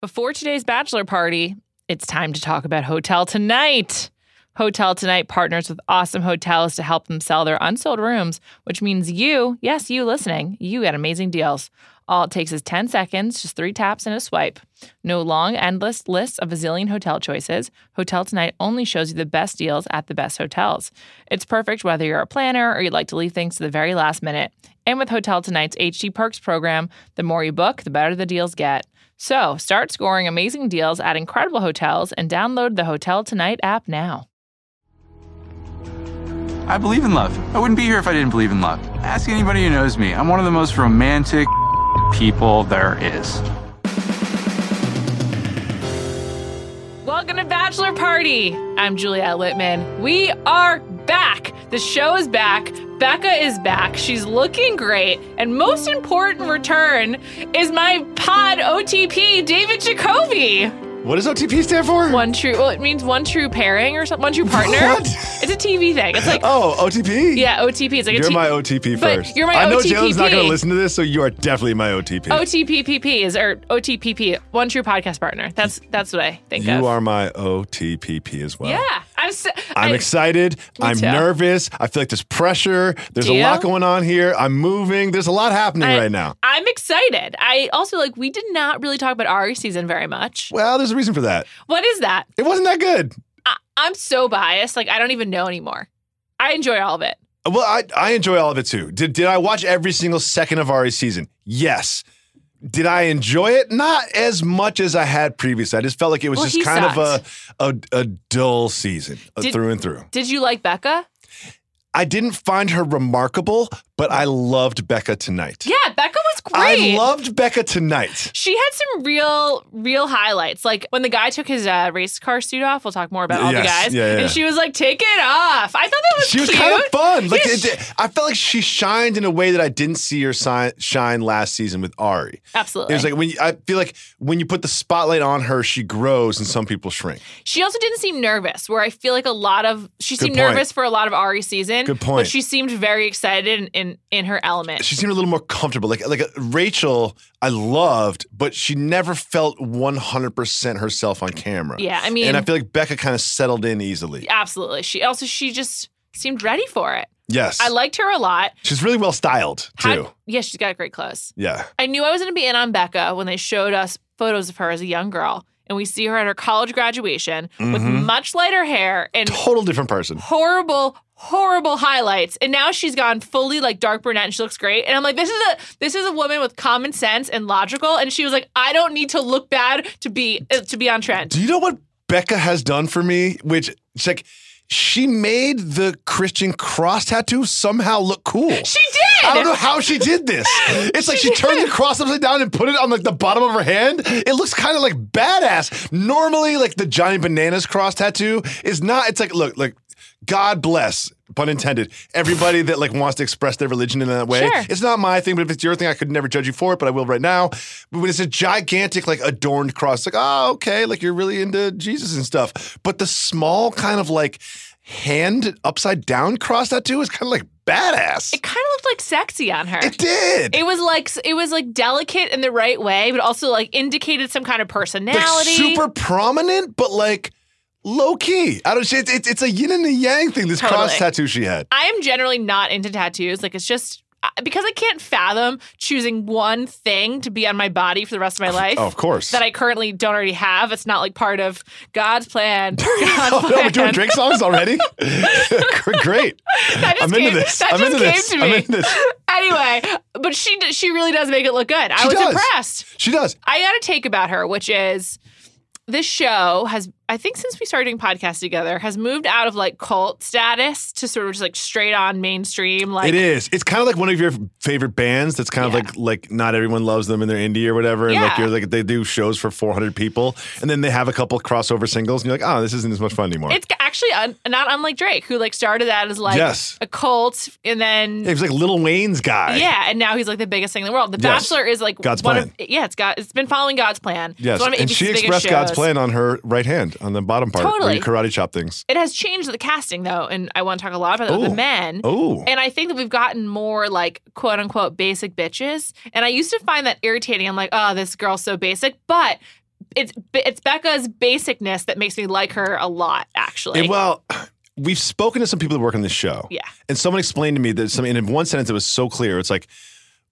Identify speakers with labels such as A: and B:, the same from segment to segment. A: Before today's bachelor party, it's time to talk about Hotel Tonight. Hotel Tonight partners with awesome hotels to help them sell their unsold rooms, which means you, yes, you listening, you get amazing deals. All it takes is 10 seconds, just three taps and a swipe. No long, endless lists of a zillion hotel choices. Hotel Tonight only shows you the best deals at the best hotels. It's perfect whether you're a planner or you'd like to leave things to the very last minute. And with Hotel Tonight's HG Perks program, the more you book, the better the deals get. So start scoring amazing deals at incredible hotels and download the Hotel Tonight app now.
B: I believe in love. I wouldn't be here if I didn't believe in love. Ask anybody who knows me. I'm one of the most romantic people there is.
A: Welcome to Bachelor Party. I'm Juliette Littman. We are back. The show is back. Becca is back. She's looking great. And most important return is my pod OTP, David Jacoby.
C: What does OTP stand for?
A: One true, well, it means one true pairing or something, one true partner.
C: What?
A: It's a TV thing. It's like,
C: Oh, OTP?
A: yeah, OTP. It's like a
C: You're
A: T-
C: my OTP
A: But
C: first.
A: you're my
C: I know
A: OTPP.
C: Jalen's not going to listen to this, so you are definitely my OTP.
A: OTPPP is or OTPP, one true podcast partner. That's that's what I think of.
C: you are my OTPP as well.
A: yeah. I'm so,
C: I'm excited. I'm
A: too.
C: nervous. I feel like there's pressure. There's
A: Do
C: a lot
A: you?
C: going on here. I'm moving. There's a lot happening
A: I-
C: right now.
A: I'm excited. I also like we did not really talk about Ari season very much.
C: Well, there's a reason for that.
A: What is that?
C: It wasn't that good.
A: I, I'm so biased. Like I don't even know anymore. I enjoy all of it.
C: Well, I, I enjoy all of it too. Did, did I watch every single second of Ari's season? Yes. Did I enjoy it? Not as much as I had previously. I just felt like it was
A: Well, he
C: just kind of a, a a dull season uh,
A: Did-
C: through and through.
A: Did you like Becca?
C: I didn't find her remarkable, but I loved Becca tonight.
A: Yeah, Becca was great.
C: I loved Becca tonight.
A: she had some real, real highlights. Like when the guy took his uh, race car suit off. We'll talk more about all
C: Yes.
A: the guys.
C: Yeah, yeah, yeah.
A: And she was like, "Take it off." I thought that was
C: She was
A: cute.
C: kind of fun. Like
A: Yeah,
C: it-
A: she-
C: I felt like she shined in a way that I didn't see her si- shine last season with Ari.
A: Absolutely.
C: It was like when you, I feel like when you put the spotlight on her, she grows and some people shrink.
A: She also didn't seem nervous, where I feel like a lot of she
C: Good
A: seemed
C: point.
A: nervous for a lot of Ari's season.
C: Good point.
A: But she seemed very excited in in, in her element.
C: She seemed a little more comfortable. Like like uh, Rachel, I loved, but she never felt one hundred percent herself on camera.
A: yeah, I mean,
C: and I feel like Becca kind of settled in easily.
A: absolutely. She also she just seemed ready for it.
C: Yes,
A: I liked her a lot.
C: she's really well styled too.
A: How- yeah, she's got great clothes.
C: yeah.
A: I knew I was going to be in on Becca when they showed us photos of her as a young girl, and we see her at her college graduation with
C: Mhm.
A: much lighter hair and
C: total different person.
A: horrible horrible highlights and now she's gone fully like dark brunette and she looks great and i'm like this is a this is a woman with common sense and logical and she was like i don't need to look bad to be uh, to be on trend
C: Do you know what Becca has done for me? Which it's like she made the Christian cross tattoo somehow look cool.
A: she did
C: I don't know how she did this. It's like she turned the cross upside down and put it on like the bottom of her hand. It looks kind of like badass. Normally, like the Johnny Bananas cross tattoo is not. It's like look, like God bless. Pun intended. Everybody that like wants to express their religion in that way.
A: Sure.
C: It's not my thing, but if it's your thing, I could never judge you for it, but I will right now. But when it's a gigantic, like adorned cross, it's like, oh, okay, like you're really into Jesus and stuff. But the small kind of like hand upside down cross tattoo is kind of like badass.
A: it kind of looked like sexy on her
C: It did.
A: It was like it was like delicate in the right way but also like indicated some kind of personality
C: like super prominent, but like low key. I don't. It's, it's it's a yin and a yang thing. This
A: Totally.
C: cross tattoo she had.
A: I am generally not into tattoos. Like it's just I- because I can't fathom choosing one thing to be on my body for the rest of my life.
C: Oh, of course.
A: That I currently don't already have. It's not like part of God's plan. God's
C: Oh, no, we're doing
A: plan.
C: Drake songs already. Great.
A: That just
C: I'm
A: came,
C: into this.
A: That
C: I'm
A: just
C: into
A: came
C: this.
A: to me.
C: I'm into this.
A: Anyway, but she d- she really does make it look good. I
C: She
A: was
C: does.
A: impressed.
C: She does.
A: I got a take about her, which is this show has, I think, since we started doing podcasts together, has moved out of like cult status to sort of just like straight on mainstream. Like
C: it is. It's kind of like one of your favorite bands. That's kind of
A: Yeah.
C: like like not everyone loves them and they're indie or whatever. And like
A: Yeah.
C: you're like they do shows for 400 people, and then they have a couple crossover singles, and you're like, oh, this isn't as much fun anymore.
A: It's actually un- not unlike Drake, who like started out as like
C: Yes.
A: a cult, and then
C: it was like Lil Wayne's guy.
A: yeah, and now he's like the biggest thing in the world. The
C: Yes.
A: Bachelor is like
C: God's
A: one
C: plan.
A: Of, yeah, it's got it's been following God's plan. It's
C: Yes,
A: one of
C: and
A: ABC's
C: she
A: biggest
C: expressed God's
A: shows.
C: plan on her right hand, on the bottom part, where you karate chop things.
A: It has changed the casting though, and I want to talk a lot about that with
C: Ooh.
A: the men.
C: Oh,
A: And I think that we've gotten more like quote unquote basic bitches. And I used to find that irritating. I'm like, oh, this girl's so basic. But it's it's Becca's basicness that makes me like her a lot. Actually,
C: And well, we've spoken to some people that work on this show.
A: Yeah.
C: And someone explained to me that some, and in one sentence, it was so clear. It's like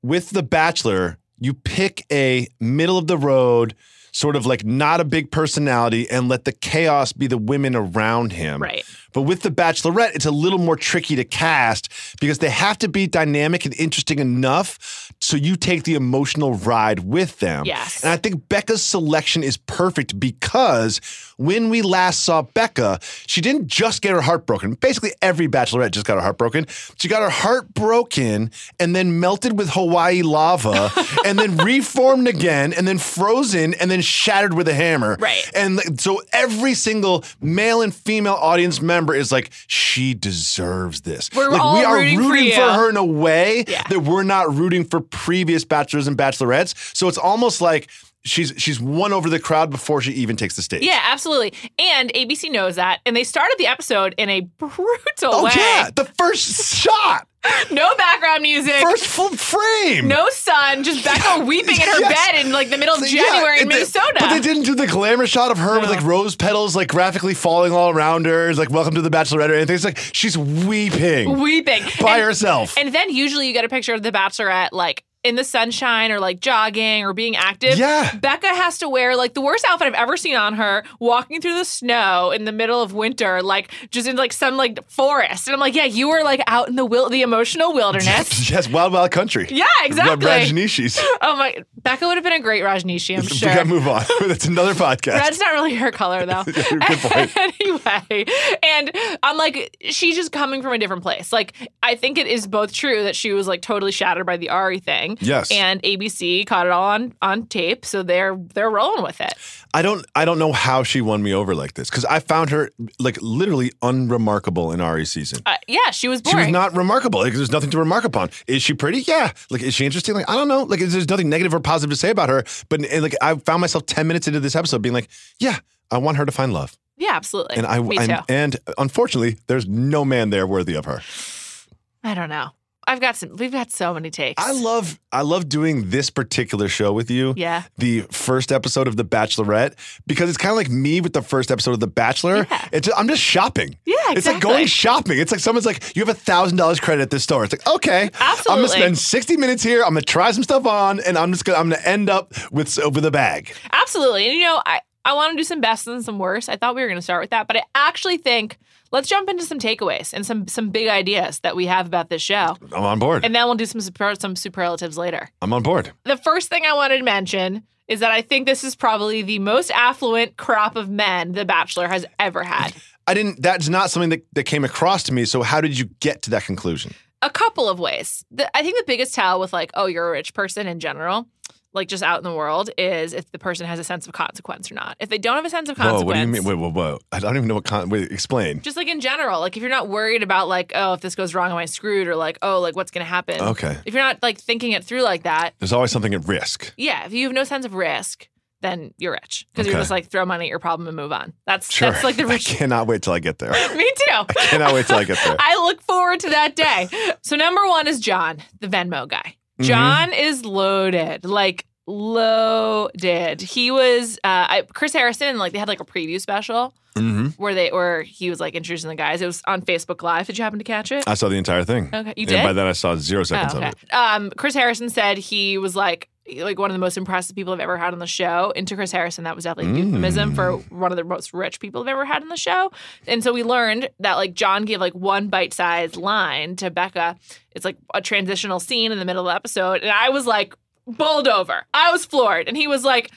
C: with The Bachelor, you pick a middle of the road, sort of like not a big personality, and let the chaos be the women around him.
A: Right.
C: But with The Bachelorette, it's a little more tricky to cast because they have to be dynamic and interesting enough so you take the emotional ride with them.
A: Yes.
C: And I think Becca's selection is perfect because when we last saw Becca, she didn't just get her heart broken. Basically, every bachelorette just got her heart broken. She got her heart broken and then melted with Hawaii lava and then reformed again and then frozen and then shattered with a hammer.
A: Right.
C: And like, so every single male and female audience member is like, she deserves this.
A: We're
C: like, we
A: all
C: are
A: rooting
C: rooting,
A: for you.
C: for her in a way
A: Yeah.
C: that we're not rooting for previous bachelors and bachelorettes. So it's almost like she's she's won over the crowd before she even takes the stage.
A: yeah, absolutely. And ABC knows that, and they started the episode in a brutal
C: Oh
A: way.
C: yeah, the first shot,
A: No background music.
C: first full frame.
A: no sun, just Becca weeping in her
C: Yes.
A: bed in like the middle of
C: Yeah,
A: January in
C: and they-
A: Minnesota.
C: but they didn't do the glamour shot of her with like rose petals like graphically falling all around her. It's like welcome to the Bachelorette or anything. It's like she's weeping
A: weeping
C: by
A: And-
C: herself.
A: And then usually you get a picture of the bachelorette like in the sunshine or like jogging or being active.
C: Yeah.
A: Becca has to wear like the worst outfit I've ever seen on her, walking through the snow in the middle of winter, like just in like some like forest. And I'm like, yeah, you were like out in the wil- the emotional wilderness.
C: yes, wild wild country.
A: yeah, exactly.
C: Rajneeshis.
A: Oh my Becca would have been a great Rajneeshi, I'm
C: We
A: sure.
C: gotta move on. That's another podcast.
A: Red's not really her color though.
C: Good point.
A: anyway, and I'm like, she's just coming from a different place. Like, I think it is both true that she was like totally shattered by the Ari thing.
C: Yes.
A: And ABC caught it all on on tape, so they're they're rolling with it.
C: I don't I don't know how she won me over like this because I found her like literally unremarkable in Ari's season.
A: Uh, yeah, she was
C: She
A: boring.
C: was not remarkable. Like, there's nothing to remark upon. Is she pretty? Yeah. Like, is she interesting? Like, I don't know. Like, there's nothing negative or positive to say about her. But and, like, I found myself ten minutes into this episode being like, yeah, I want her to find love.
A: yeah, absolutely.
C: And I
A: Me
C: and,
A: too.
C: and unfortunately, there's no man there worthy of her.
A: I don't know. I've got some. We've got so many takes.
C: I love I love doing this particular show with you.
A: Yeah.
C: The first episode of The Bachelorette because it's kind of like me with the first episode of The Bachelor.
A: Yeah.
C: It's I'm just shopping.
A: Yeah,
C: It's like
A: exactly.
C: going shopping. It's like someone's like, you have a thousand dollars credit at this store. It's like, okay, I'm
A: Absolutely.
C: gonna spend sixty minutes here. I'm gonna try some stuff on, and I'm just gonna I'm gonna end up with with a bag.
A: Absolutely. And you know, I, I want to do some best and some worst. I thought we were going to start with that, but I actually think let's jump into some takeaways and some some big ideas that we have about this show.
C: I'm on board.
A: And then we'll do some super, some superlatives later.
C: I'm on board.
A: The first thing I wanted to mention is that I think this is probably the most affluent crop of men The Bachelor has ever had.
C: I didn't. That's not something that, that came across to me. So how did you get to that conclusion?
A: a couple of ways. The, I think the biggest tell with like, oh, you're a rich person in general, like just out in the world, is if the person has a sense of consequence or not. If they don't have a sense of consequence,
C: Whoa, what do you mean? Wait, whoa, whoa! I don't even know what. Con- wait, explain.
A: just like in general, like if you're not worried about like, oh, if this goes wrong, am I screwed? Or like, oh, like what's gonna happen?
C: Okay.
A: If you're not like thinking it through like that,
C: There's always something at risk.
A: yeah, if you have no sense of risk, then you're rich because you're
C: Okay.
A: just like throw money at your problem and move on. That's
C: Sure.
A: that's like the
C: I
A: rich.
C: cannot wait till I get there.
A: Me too.
C: cannot wait till I get there.
A: I look forward to that day. So number one is John, the Venmo guy.
C: Mm-hmm.
A: John is loaded, like loaded. He was uh, I, Chris Harrison. Like they had like a preview special
C: Mm-hmm.
A: where they where he was like introducing the guys. It was on Facebook Live. Did you happen to catch it?
C: I saw the entire thing.
A: Okay, Oh, you
C: and
A: did.
C: by then I saw zero seconds
A: Oh,
C: of it.
A: Um, Chris Harrison said he was like like one of the most impressive people I've ever had on the show. And to Chris Harrison, that was definitely a
C: Mm.
A: euphemism for one of the most rich people I've ever had on the show. And so we learned that like John gave like one bite sized line to Becca. It's like a transitional scene in the middle of the episode, and I was like bowled over. I was floored, and he was like,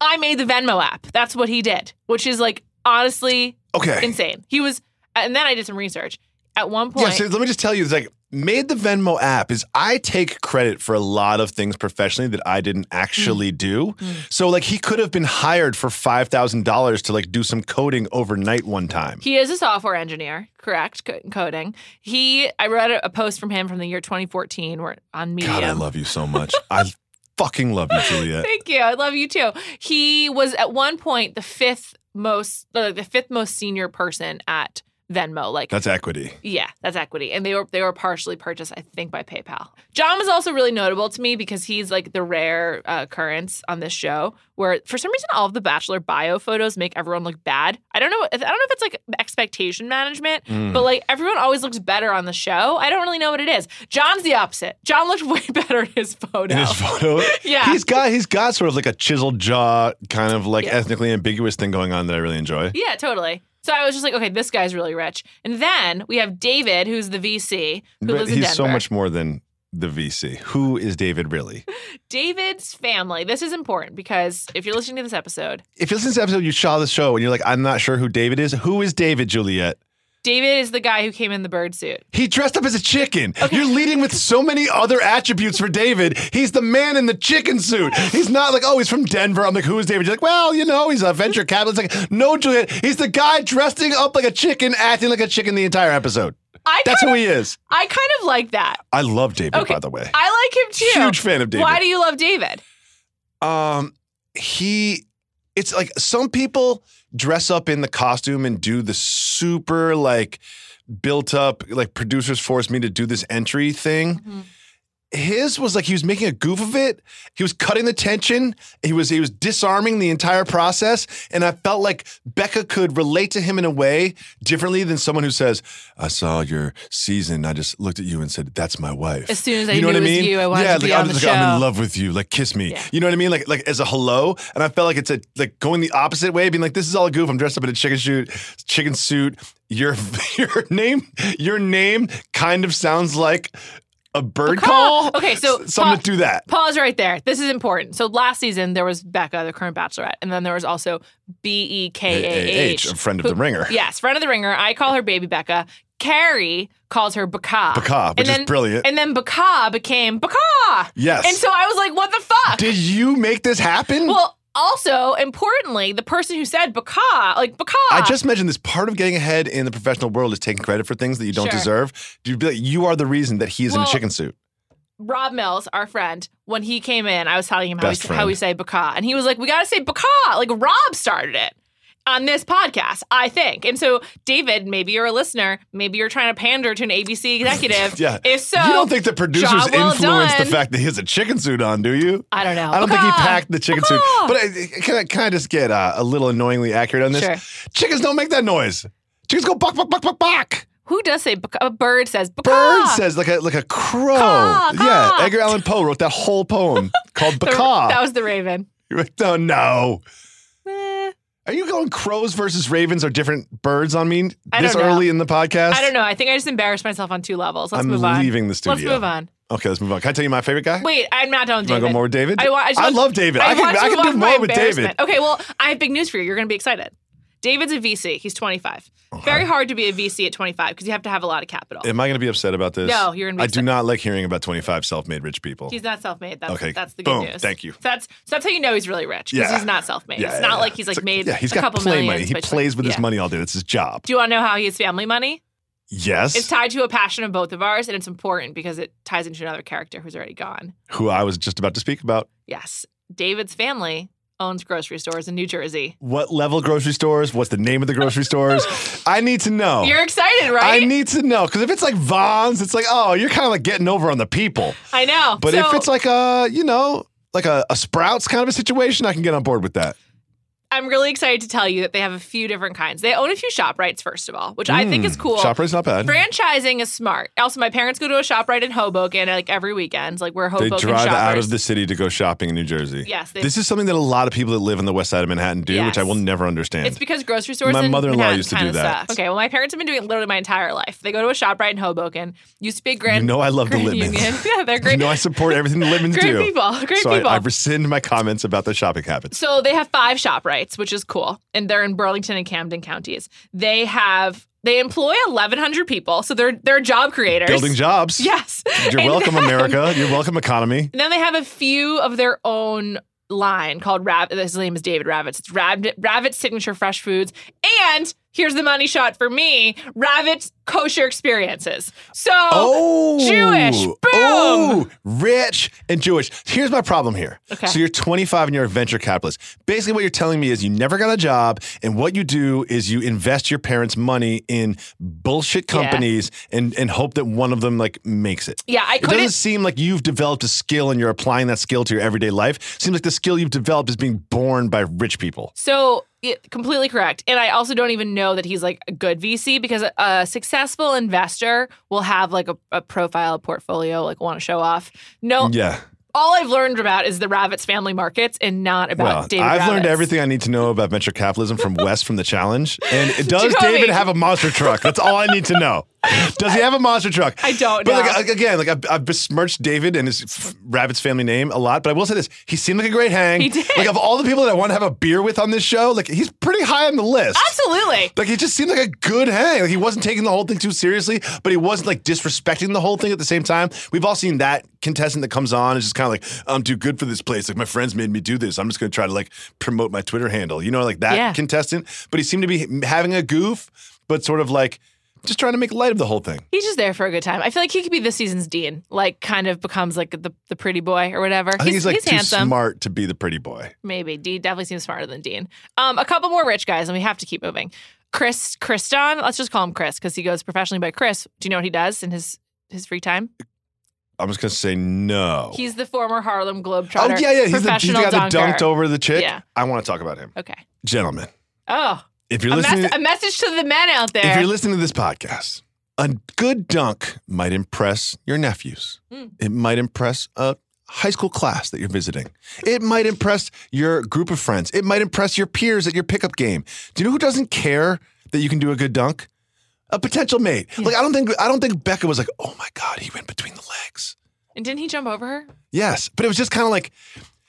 A: "I made the Venmo app. That's what he did," which is like honestly
C: Okay.
A: insane. He was, and then I did some research. At one point,
C: Yeah, so let me just tell you, it's like made the Venmo app is I take credit for a lot of things professionally that I didn't
A: Mm.
C: actually do. So like he could have been hired for five thousand dollars to like do some coding overnight one time.
A: He is a software engineer, correct? co- Coding. He, I read a, a post from him from the year 2014 where on Medium.
C: God, I love you so much. I fucking love you, Juliet.
A: Thank you. I love you too. He was at one point the fifth most, the, the fifth most senior person at Venmo. Like
C: That's equity.
A: yeah, that's equity. And they were they were partially purchased, I think, by PayPal. John was also really notable to me because he's like the rare uh, occurrence on this show where, for some reason, all of the Bachelor bio photos make everyone look bad. I don't know. if- I don't know if it's like expectation management,
C: Mm.
A: but like everyone always looks better on the show. I don't really know what it is. John's the opposite. John looked way better in his photo.
C: in his photo.
A: Yeah.
C: he's got he's got sort of like a chiseled jaw, kind of like
A: Yeah.
C: ethnically ambiguous thing going on that I really enjoy.
A: Yeah, totally. So I was just like, okay, this guy's really rich. And then we have David, who's the VC, who
C: But
A: lives in
C: he's
A: Denver.
C: so much more than the VC. Who is David really?
A: David's family. This is important because if you're listening to this episode,
C: If you listen to this episode, you saw the show, and you're like, I'm not sure who David is. Who is David, Juliet?
A: David is the guy who came in the bird suit.
C: He dressed up as a chicken. You're leading with so many other attributes for David. He's the man in the chicken suit. He's not like, oh, he's from Denver. I'm like, who is David? You're like, well, you know, he's a venture capitalist. Like, no, Juliet, he's the guy dressing up like a chicken, acting like a chicken the entire episode.
A: I
C: That's
A: kind
C: who
A: of,
C: he is.
A: I kind of like that.
C: I love David,
A: Okay.
C: by the way.
A: I like him too.
C: Huge fan of David.
A: Why do you love David?
C: Um, he, it's like some people dress up in the costume and do the super like built up like producers forced me to do this entry thing.
A: Mm-hmm.
C: His was like he was making a goof of it. He was cutting the tension. He was he was disarming the entire process, and I felt like Becca could relate to him in a way differently than someone who says, "I saw your season. I just looked at you and said that's my wife."
A: As soon as I knew it was you, I wanted
C: yeah,
A: to be
C: like,
A: on
C: I'm,
A: the
C: just like, I'm
A: show.
C: in love with you. Like, kiss me.
A: Yeah.
C: You know what I mean? Like, like as a hello. And I felt like it's a like going the opposite way, being like, this is all a goof. I'm dressed up in a chicken suit, chicken suit. Your your name, your name kind of sounds like a bird
A: call.
C: call.
A: Okay, so
C: S- so I'm gonna
A: pa-
C: do that.
A: Pause right there. This is important. So last season there was Becca, the current Bachelorette, and then there was also B E K A H.
C: a friend of the ringer.
A: Yes, friend of the ringer. I call her Baby Becca. Carrie calls her Baka.
C: Baka, which
A: and
C: is
A: then,
C: brilliant.
A: And then Baka became Baka.
C: Yes.
A: And so I was like, what the fuck?
C: Did you make this happen?
A: Well, also importantly, the person who said baka, like baka,
C: I just mentioned this part of getting ahead in the professional world is taking credit for things that you don't
A: Sure.
C: deserve. You'd be like, you are the reason that he's in a
A: Well,
C: chicken suit.
A: Rob Mills, our friend, when he came in, I was telling him how, we,
C: Best
A: how we say baka, and he was like, "We gotta say baka." Like Rob started it on this podcast, I think. And so, David, maybe you're a listener, maybe you're trying to pander to an ABC executive.
C: Yeah.
A: If so,
C: you don't think the producers
A: job well
C: influenced the
A: done.
C: fact that he has a chicken suit on, do you?
A: I don't know.
C: I don't think he
A: Baka.
C: packed the chicken suit.
A: Baka.
C: But I, can, I, can I just get uh, a little annoyingly accurate on this?
A: Sure.
C: Chickens don't make that noise. Chickens go buck, buck, buck, buck, buck.
A: Who does say baka? A bird says baka.
C: Bird says like a like a crow.
A: Caw, caw.
C: Yeah, Edgar Allan Poe wrote that whole poem called
A: The- That
C: Baka.
A: was the raven.
C: no, no.
A: Eh,
C: Are you going crows versus ravens are different birds on me
A: I
C: this
A: don't know.
C: early in the podcast?
A: I don't know. I think I just embarrassed myself on two levels. Let's
C: I'm
A: move on.
C: leaving the studio.
A: Let's move on.
C: Okay, let's move on. Can I tell you my favorite guy?
A: Wait, I'm not done with
C: you want to
A: David.
C: go more with David?
A: I, wa- I, just want-
C: love David. I,
A: want
C: can,
A: to
C: I can
A: move
C: do
A: on from my
C: more with David.
A: embarrassment. Okay, well, I have big news for you. You're going to be excited. David's a VC. He's 25. Very hard to be a VC at 25 because you have to have a lot of capital.
C: Am I going to be upset about this?
A: No, you're gonna be
C: I do
A: upset.
C: not like hearing about 25 self-made rich people.
A: He's not self-made. That's,
C: Okay,
A: that's the good
C: boom.
A: news.
C: Thank you.
A: So that's so that's how you know he's really rich because
C: Yeah.
A: he's not self-made.
C: Yeah,
A: it's
C: yeah,
A: not
C: yeah.
A: like he's like
C: It's
A: made
C: yeah, he's
A: a
C: got
A: couple
C: play
A: millions.
C: money. He
A: but it's,
C: plays
A: like-
C: with his
A: yeah.
C: money all day. That's his job.
A: Do you want to know how he has family money?
C: Yes.
A: It's tied to a passion of both of ours, and it's important because it ties into another character who's already gone.
C: Who I was just about to speak about.
A: Yes, David's family owns grocery stores in New Jersey.
C: What level grocery stores? What's the name of the grocery stores? I need to know.
A: You're excited, right?
C: Oh. I need to know because if it's like Vons, it's like oh, you're kind of like getting over on the people.
A: I know.
C: But
A: so,
C: if it's like a you know like a, a Sprouts kind of a situation, I can get on board with that.
A: I'm really excited to tell you that they have a few different kinds. They own a few shop rights, first of all, which I think
C: Hmm.
A: is cool.
C: Shoprite's not bad.
A: Franchising is smart. Also, my parents go to a shop right in Hoboken like every weekend. Like we're
C: They
A: Hoboken
C: drive
A: shoppers.
C: out of the city to go shopping in New Jersey.
A: Yes, they-
C: This is something that a lot of people that live on the west side of Manhattan do, which I
A: Yes.
C: will never understand.
A: it's because grocery stores.
C: My
A: in
C: mother-in-law
A: Manhattan
C: used to do
A: kinda
C: that.
A: suck. Okay, well, my parents have been doing it literally my entire life. They go to a shop right in Hoboken. Used to be Grand.
C: you know I love the
A: Grand
C: Litmans.
A: Union. Yeah, they're great.
C: You know I support everything the Litmans
A: great
C: do.
A: people. Great
C: so
A: people.
C: I, I rescind my comments about their shopping habits.
A: So they have five shop rights, which is cool. And they're in Burlington and Camden counties. They have they employ eleven hundred people. So they're they're job creators.
C: Building jobs.
A: Yes.
C: You're
A: And
C: welcome,
A: then-
C: America. You're welcome, economy.
A: And then they have a few of their own line called Rav. His name is David Ravitz. It's Rav- Ravitz Signature Fresh Foods. And here's the money shot for me Ravit's kosher experiences. So,
C: Oh,
A: Jewish. Boom.
C: Oh, rich and Jewish. Here's my problem here.
A: Okay.
C: So you're 25 and you're a venture capitalist. Basically, what you're telling me is you never got a job, and what you do is you invest your parents' money in bullshit companies and and hope that one of them like makes it.
A: yeah, I
C: It doesn't
A: couldn't.
C: seem like you've developed a skill and you're applying that skill to your everyday life. Seems like the skill you've developed is being born by rich people.
A: So, it, completely correct. And I also don't even know that he's like a good VC because a, a successful investor will have like a, a profile, a portfolio, like want to show off. No,
C: Yeah.
A: all I've learned about is the Ravitz family markets and not about
C: Well,
A: David.
C: I've learned
A: Ravitz.
C: everything I need to know about venture capitalism from Wes from the challenge. And it does
A: Jacoby.
C: David have a monster truck? That's all I need to know. Does he have a monster truck?
A: I don't
C: But
A: know.
C: like, again, like I've, I've besmirched David and his f- Rabbit's family name a lot. But I will say this: he seemed like a great hang.
A: He did.
C: Like of all the people that I want to have a beer with on this show, like he's pretty high on the list.
A: Absolutely.
C: Like he just seemed like a good hang. Like he wasn't taking the whole thing too seriously, but he wasn't like disrespecting the whole thing at the same time. We've all seen that contestant that comes on and just kind of like, I'm too good for this place. Like my friends made me do this. I'm just going to try to like promote my Twitter handle. You know, like that
D: Yeah.
C: contestant. But he seemed to be having a goof, but sort of like just trying to make light of the whole thing.
A: He's just there for a good time. I feel like he could be this season's dean. Like, kind of becomes like the, the pretty boy or whatever.
C: I think he's, like too
A: handsome.
C: smart to be the pretty boy.
A: Maybe Dean definitely seems smarter than Dean. Um, a couple more rich guys, and we have to keep moving. Chris, Kriston. Let's just call him Chris because he goes professionally by Chris. Do you know what he does in his his free time?
C: I'm just going to say no.
A: He's the former Harlem
C: oh,
A: Globetrotter.
C: yeah, yeah. He's the, he's the
A: professional
C: guy that
A: dunker.
C: dunked over the chick.
A: Yeah.
C: I want to talk about him.
A: Okay.
C: Gentlemen,
A: Oh,
C: if you're
A: a,
C: listening.
A: mes- a message to the men out there.
C: If you're listening to this podcast, a good dunk might impress your nephews.
A: Mm.
C: It might impress a high school class that you're visiting. It might impress your group of friends. It might impress your peers at your pickup game. Do you know who doesn't care that you can do a good dunk? A potential mate. Like I don't think I don't think Becca was like, "Oh my god, he went between the legs."
A: and didn't he jump over her?
C: Yes, but it was just kind of like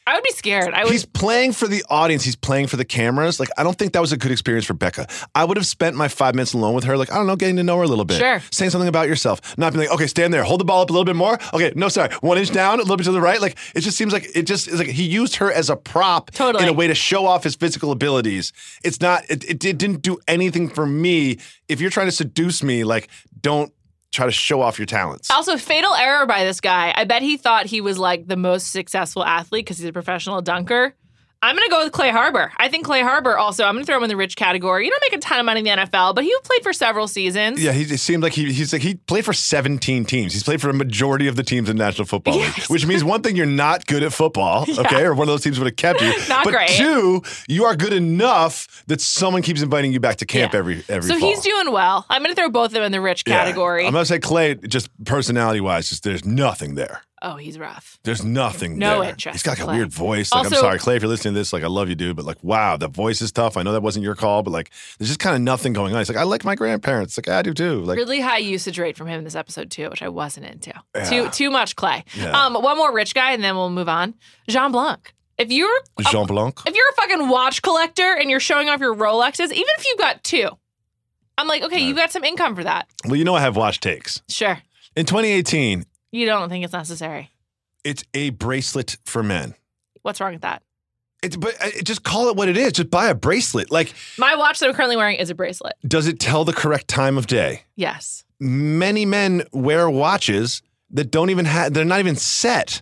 A: I would be scared. I would.
C: he's playing for the audience. He's playing for the cameras. Like, I don't think that was a good experience for Becca. I would have spent my five minutes alone with her, like, I don't know, getting to know her a little bit.
A: Sure.
C: Saying something about yourself. Not being like, okay, stand there, hold the ball up a little bit more. Okay, no, sorry. One inch down, a little bit to the right. Like, it just seems like it just is like he used her as a prop
A: Totally.
C: in a way to show off his physical abilities. It's not, it, it, it didn't do anything for me. If you're trying to seduce me, like, don't try to show off your talents.
A: Also, fatal error by this guy. I bet he thought he was like the most successful athlete because he's a professional dunker. I'm going to go with Clay Harbor. I think Clay Harbor also, I'm going to throw him in the rich category. You don't make a ton of money in the NFL, but he played for several seasons.
C: Yeah, he it seemed like he he's like he played for 17 teams. He's played for a majority of the teams in National Football League,
A: Yes.
C: which means one thing you're not good at football, okay? Or one of those teams would have kept you.
A: Not
C: but
A: great.
C: two, you are good enough that someone keeps inviting you back to camp
A: Yeah.
C: every every
A: so
C: fall.
A: he's doing well. I'm going to throw both of them in the rich
C: Yeah.
A: category.
C: I'm gonna say Clay, just personality wise, just there's nothing there.
A: oh, he's rough.
C: There's nothing
A: No
C: there.
A: interest,
C: He's got like a
A: Clay.
C: weird voice. Like I'm
A: Also-
C: sorry, Clay, if you're listening to this, like I love you, dude, but like wow, the voice is tough. I know that wasn't your call, but like there's just kind of nothing going on. He's like, I like my grandparents, like I do too. Like
A: really high usage rate from him in this episode too, which I wasn't into.
C: Yeah.
A: Too too much Clay.
C: Yeah.
A: Um, one more rich guy, and then we'll move on. Jean Blanc. If you're a
C: Jean Blanc.
A: if you're a fucking watch collector and you're showing off your Rolexes, even if you've got two, I'm like, okay, you got some income for that.
C: Well, you know I have watch takes.
A: Sure.
C: In 2018,
A: You don't think it's necessary.
C: it's a bracelet for men.
A: What's wrong with that?
C: It's, but uh, just call it what it is. Just buy a bracelet. Like,
A: My watch that I'm currently wearing is a bracelet.
C: does it tell the correct time of day?
A: Yes.
C: Many men wear watches that don't even have, they're not even set.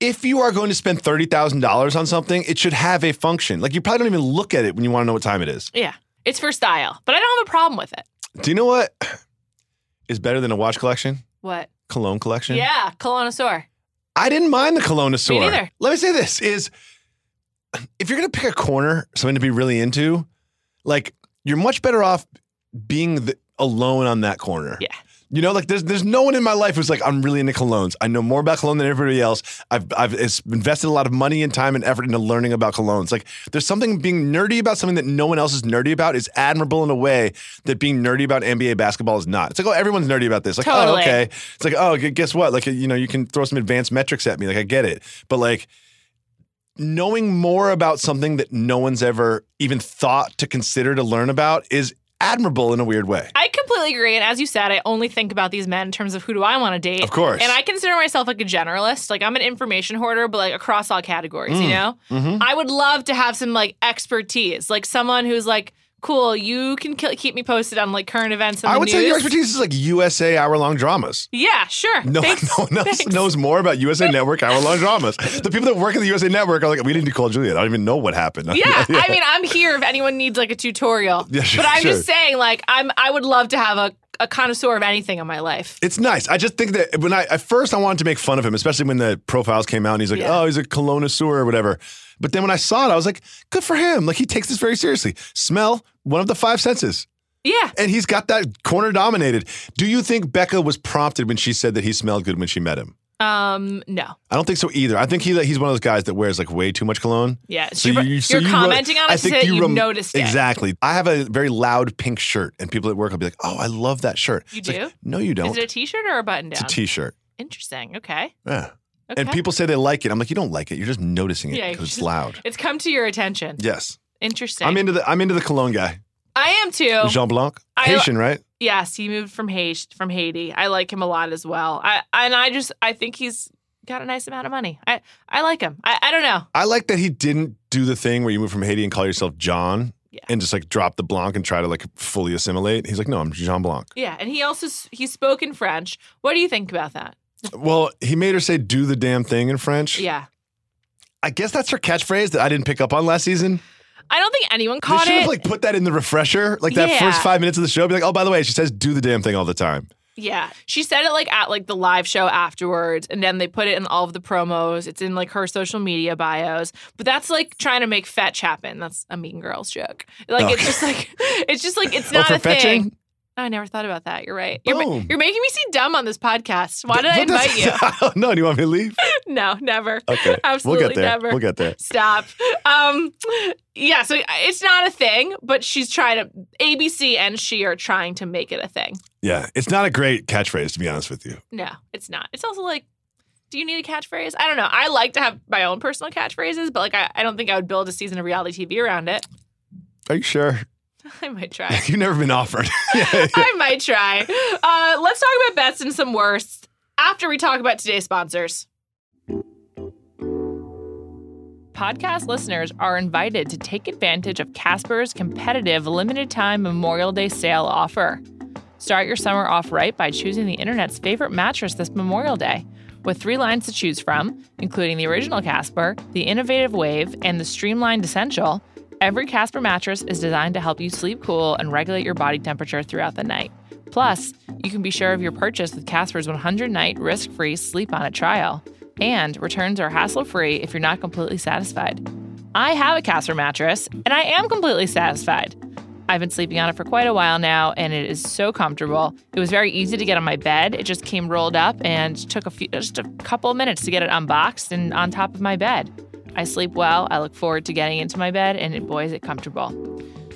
C: If you are going to spend $30,000 on something, it should have a function. Like, you probably don't even look at it when you want to know what time it is.
A: Yeah. It's for style, but I don't have a problem with it.
C: Do you know what is better than a watch collection?
A: What?
C: Cologne collection?
A: Yeah, Colonosaur.
C: I didn't mind the Colonosaur.
A: Me neither.
C: Let me say this is if you're gonna pick a corner, something to be really into, like you're much better off being the, alone on that corner.
A: Yeah.
C: You know, like there's there's no one in my life who's like I'm really into colognes. I know more about cologne than everybody else. I've I've it's invested a lot of money and time and effort into learning about colognes. Like there's something being nerdy about something that no one else is nerdy about is admirable in a way that being nerdy about NBA basketball is not. It's like oh everyone's nerdy about this. Like oh
A: Totally.
C: okay. It's like oh gu- guess what? Like you know you can throw some advanced metrics at me. Like I get it, but like knowing more about something that no one's ever even thought to consider to learn about is admirable in a weird way.
A: I completely agree. And as you said, I only think about these men in terms of who do I want to date.
C: Of course.
A: And I consider myself like a generalist. Like I'm an information hoarder, but like
C: Mm.
A: across all categories, you know?
C: Mm-hmm.
A: I would love to have some like expertise, like someone who's like
E: cool. You can ki- keep me posted on like current events. And
C: I
E: the
C: would
E: news.
C: say your expertise is like USA hour long dramas.
E: Yeah, sure.
C: No,
E: Thanks.
C: no one else
E: Thanks.
C: knows more about USA Network hour long dramas. The people that work in the USA Network are like, we didn't call Juliet. I don't even know what happened.
E: Yeah, I mean, I'm here if anyone needs like a tutorial.
C: Yeah, sure,
E: but I'm
C: sure.
E: just saying, like, I'm I would love to have a, a connoisseur of anything in my life.
C: It's nice. I just think that when I at first I wanted to make fun of him, especially when the profiles came out and he's like,
E: Yeah.
C: "Oh, he's a colonosaur or whatever." But then when I saw it, I was like, "Good for him!" Like he takes this very seriously. Smell, one of the five senses,
E: Yeah,
C: and he's got that corner dominated. Do you think Becca was prompted when she said that he smelled good when she met him?
E: Um, no.
C: I don't think so either. I think he he's one of those guys that wears like way too much cologne.
E: Yeah.
C: So
E: you,
C: you,
E: are
C: so you re-
E: commenting on it
C: I
E: so
C: think
E: that you
C: rem-
E: noticed it.
C: Exactly. I have a very loud pink shirt, and people at work will be like, "Oh, I love that shirt."
E: You
C: It's like,
E: do?
C: no, you don't.
E: Is it a t-shirt or a button
C: it's
E: down?
C: a T-shirt.
E: Interesting. Okay.
C: Yeah.
E: Okay.
C: And people say they like it. I'm like, you don't like it. You're just noticing it
E: Yeah,
C: because it's
E: you're
C: loud.
E: it's come to your attention.
C: Yes,
E: Interesting.
C: I'm into the I'm into the cologne guy,
E: I am too.
C: Jean Blanc,
E: Oh. I-
C: Haitian, right?
E: yes, he moved from Haiti. From Haiti, I like him a lot as well. I and I just I think he's got a nice amount of money. I I like him. I, I don't know.
C: I like that he didn't do the thing where you move from Haiti and call yourself John
E: Yeah.
C: and just like drop the Blanc and try to like fully assimilate. He's like, no, I'm Jean Blanc.
E: Yeah, and he also s- he spoke in French. What do you think about that?
C: Well, he made her say "do the damn thing" in French.
E: Yeah,
C: I guess that's her catchphrase that I didn't pick up on last season.
E: I don't think anyone
C: they
E: caught
C: should
E: it.
C: have like put that in the refresher, like that
E: Yeah.
C: first five minutes of the show. Be like, oh, by the way, she says "do the damn thing" all the time.
E: Yeah. She said it like at like the live show afterwards and then they put it in all of the promos. It's in like her social media bios. But that's like trying to make fetch happen. That's a mean girls joke. Like
C: Oh.
E: it's just like it's just like it's
C: Oh,
E: not
C: for
E: a thing.
C: fetching?
E: Oh, I never thought about that. You're right. You're, ma-
C: Boom.
E: you're making me seem dumb on this podcast. Why did I
C: But that's-
E: invite you?
C: I don't know. Do you want me to leave?
E: No, never.
C: Okay,
E: Absolutely
C: we'll get there.
E: never.
C: We'll get there.
E: Stop. Um, yeah, so it's not a thing, but she's trying to ABC and she are trying to make it a thing.
C: Yeah, it's not a great catchphrase to be honest with you.
E: No, it's not. It's also like, do you need a catchphrase? I don't know. I like to have my own personal catchphrases, but like, I, I don't think I would build a season of reality TV around it.
C: Are you sure?
E: I might try.
C: You've never been offered. Yeah.
E: I might try. Uh, let's talk about best and some worst after we talk about today's sponsors.
A: Podcast listeners are invited to take advantage of Casper's competitive limited time Memorial Day sale offer. Start your summer off right by choosing the internet's favorite mattress this Memorial Day. With three lines to choose from, including the original Casper, the innovative Wave, and the streamlined Essential, every Casper mattress is designed to help you sleep cool and regulate your body temperature throughout the night. Plus, you can be sure of your purchase with Casper's 100 night risk free sleep on it trial. And returns are hassle free if you're not completely satisfied. I have a Casper mattress, and I am completely satisfied. I've been sleeping on it for quite a while now, and it is so comfortable. It was very easy to get on my bed. It just came rolled up and took a few, just a couple of minutes to get it unboxed and on top of my bed. I sleep well. I look forward to getting into my bed, and boy, is it comfortable.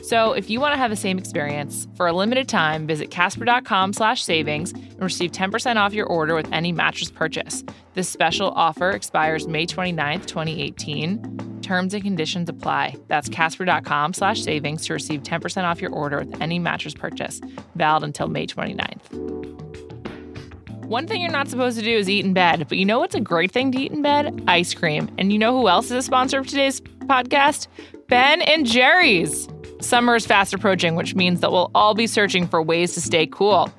A: So if you want to have the same experience, for a limited time, visit casper.com slash savings and receive 10% off your order with any mattress purchase. This special offer expires May 29th, 2018. Terms and conditions apply. That's casper.com slash savings to receive 10% off your order with any mattress purchase. Valid until May 29th. One thing you're not supposed to do is eat in bed, but you know what's a great thing to eat in bed? Ice cream. And you know who else is a sponsor of today's podcast? Ben and Jerry's. Summer is fast approaching, which means that we'll all be searching for ways to stay cool.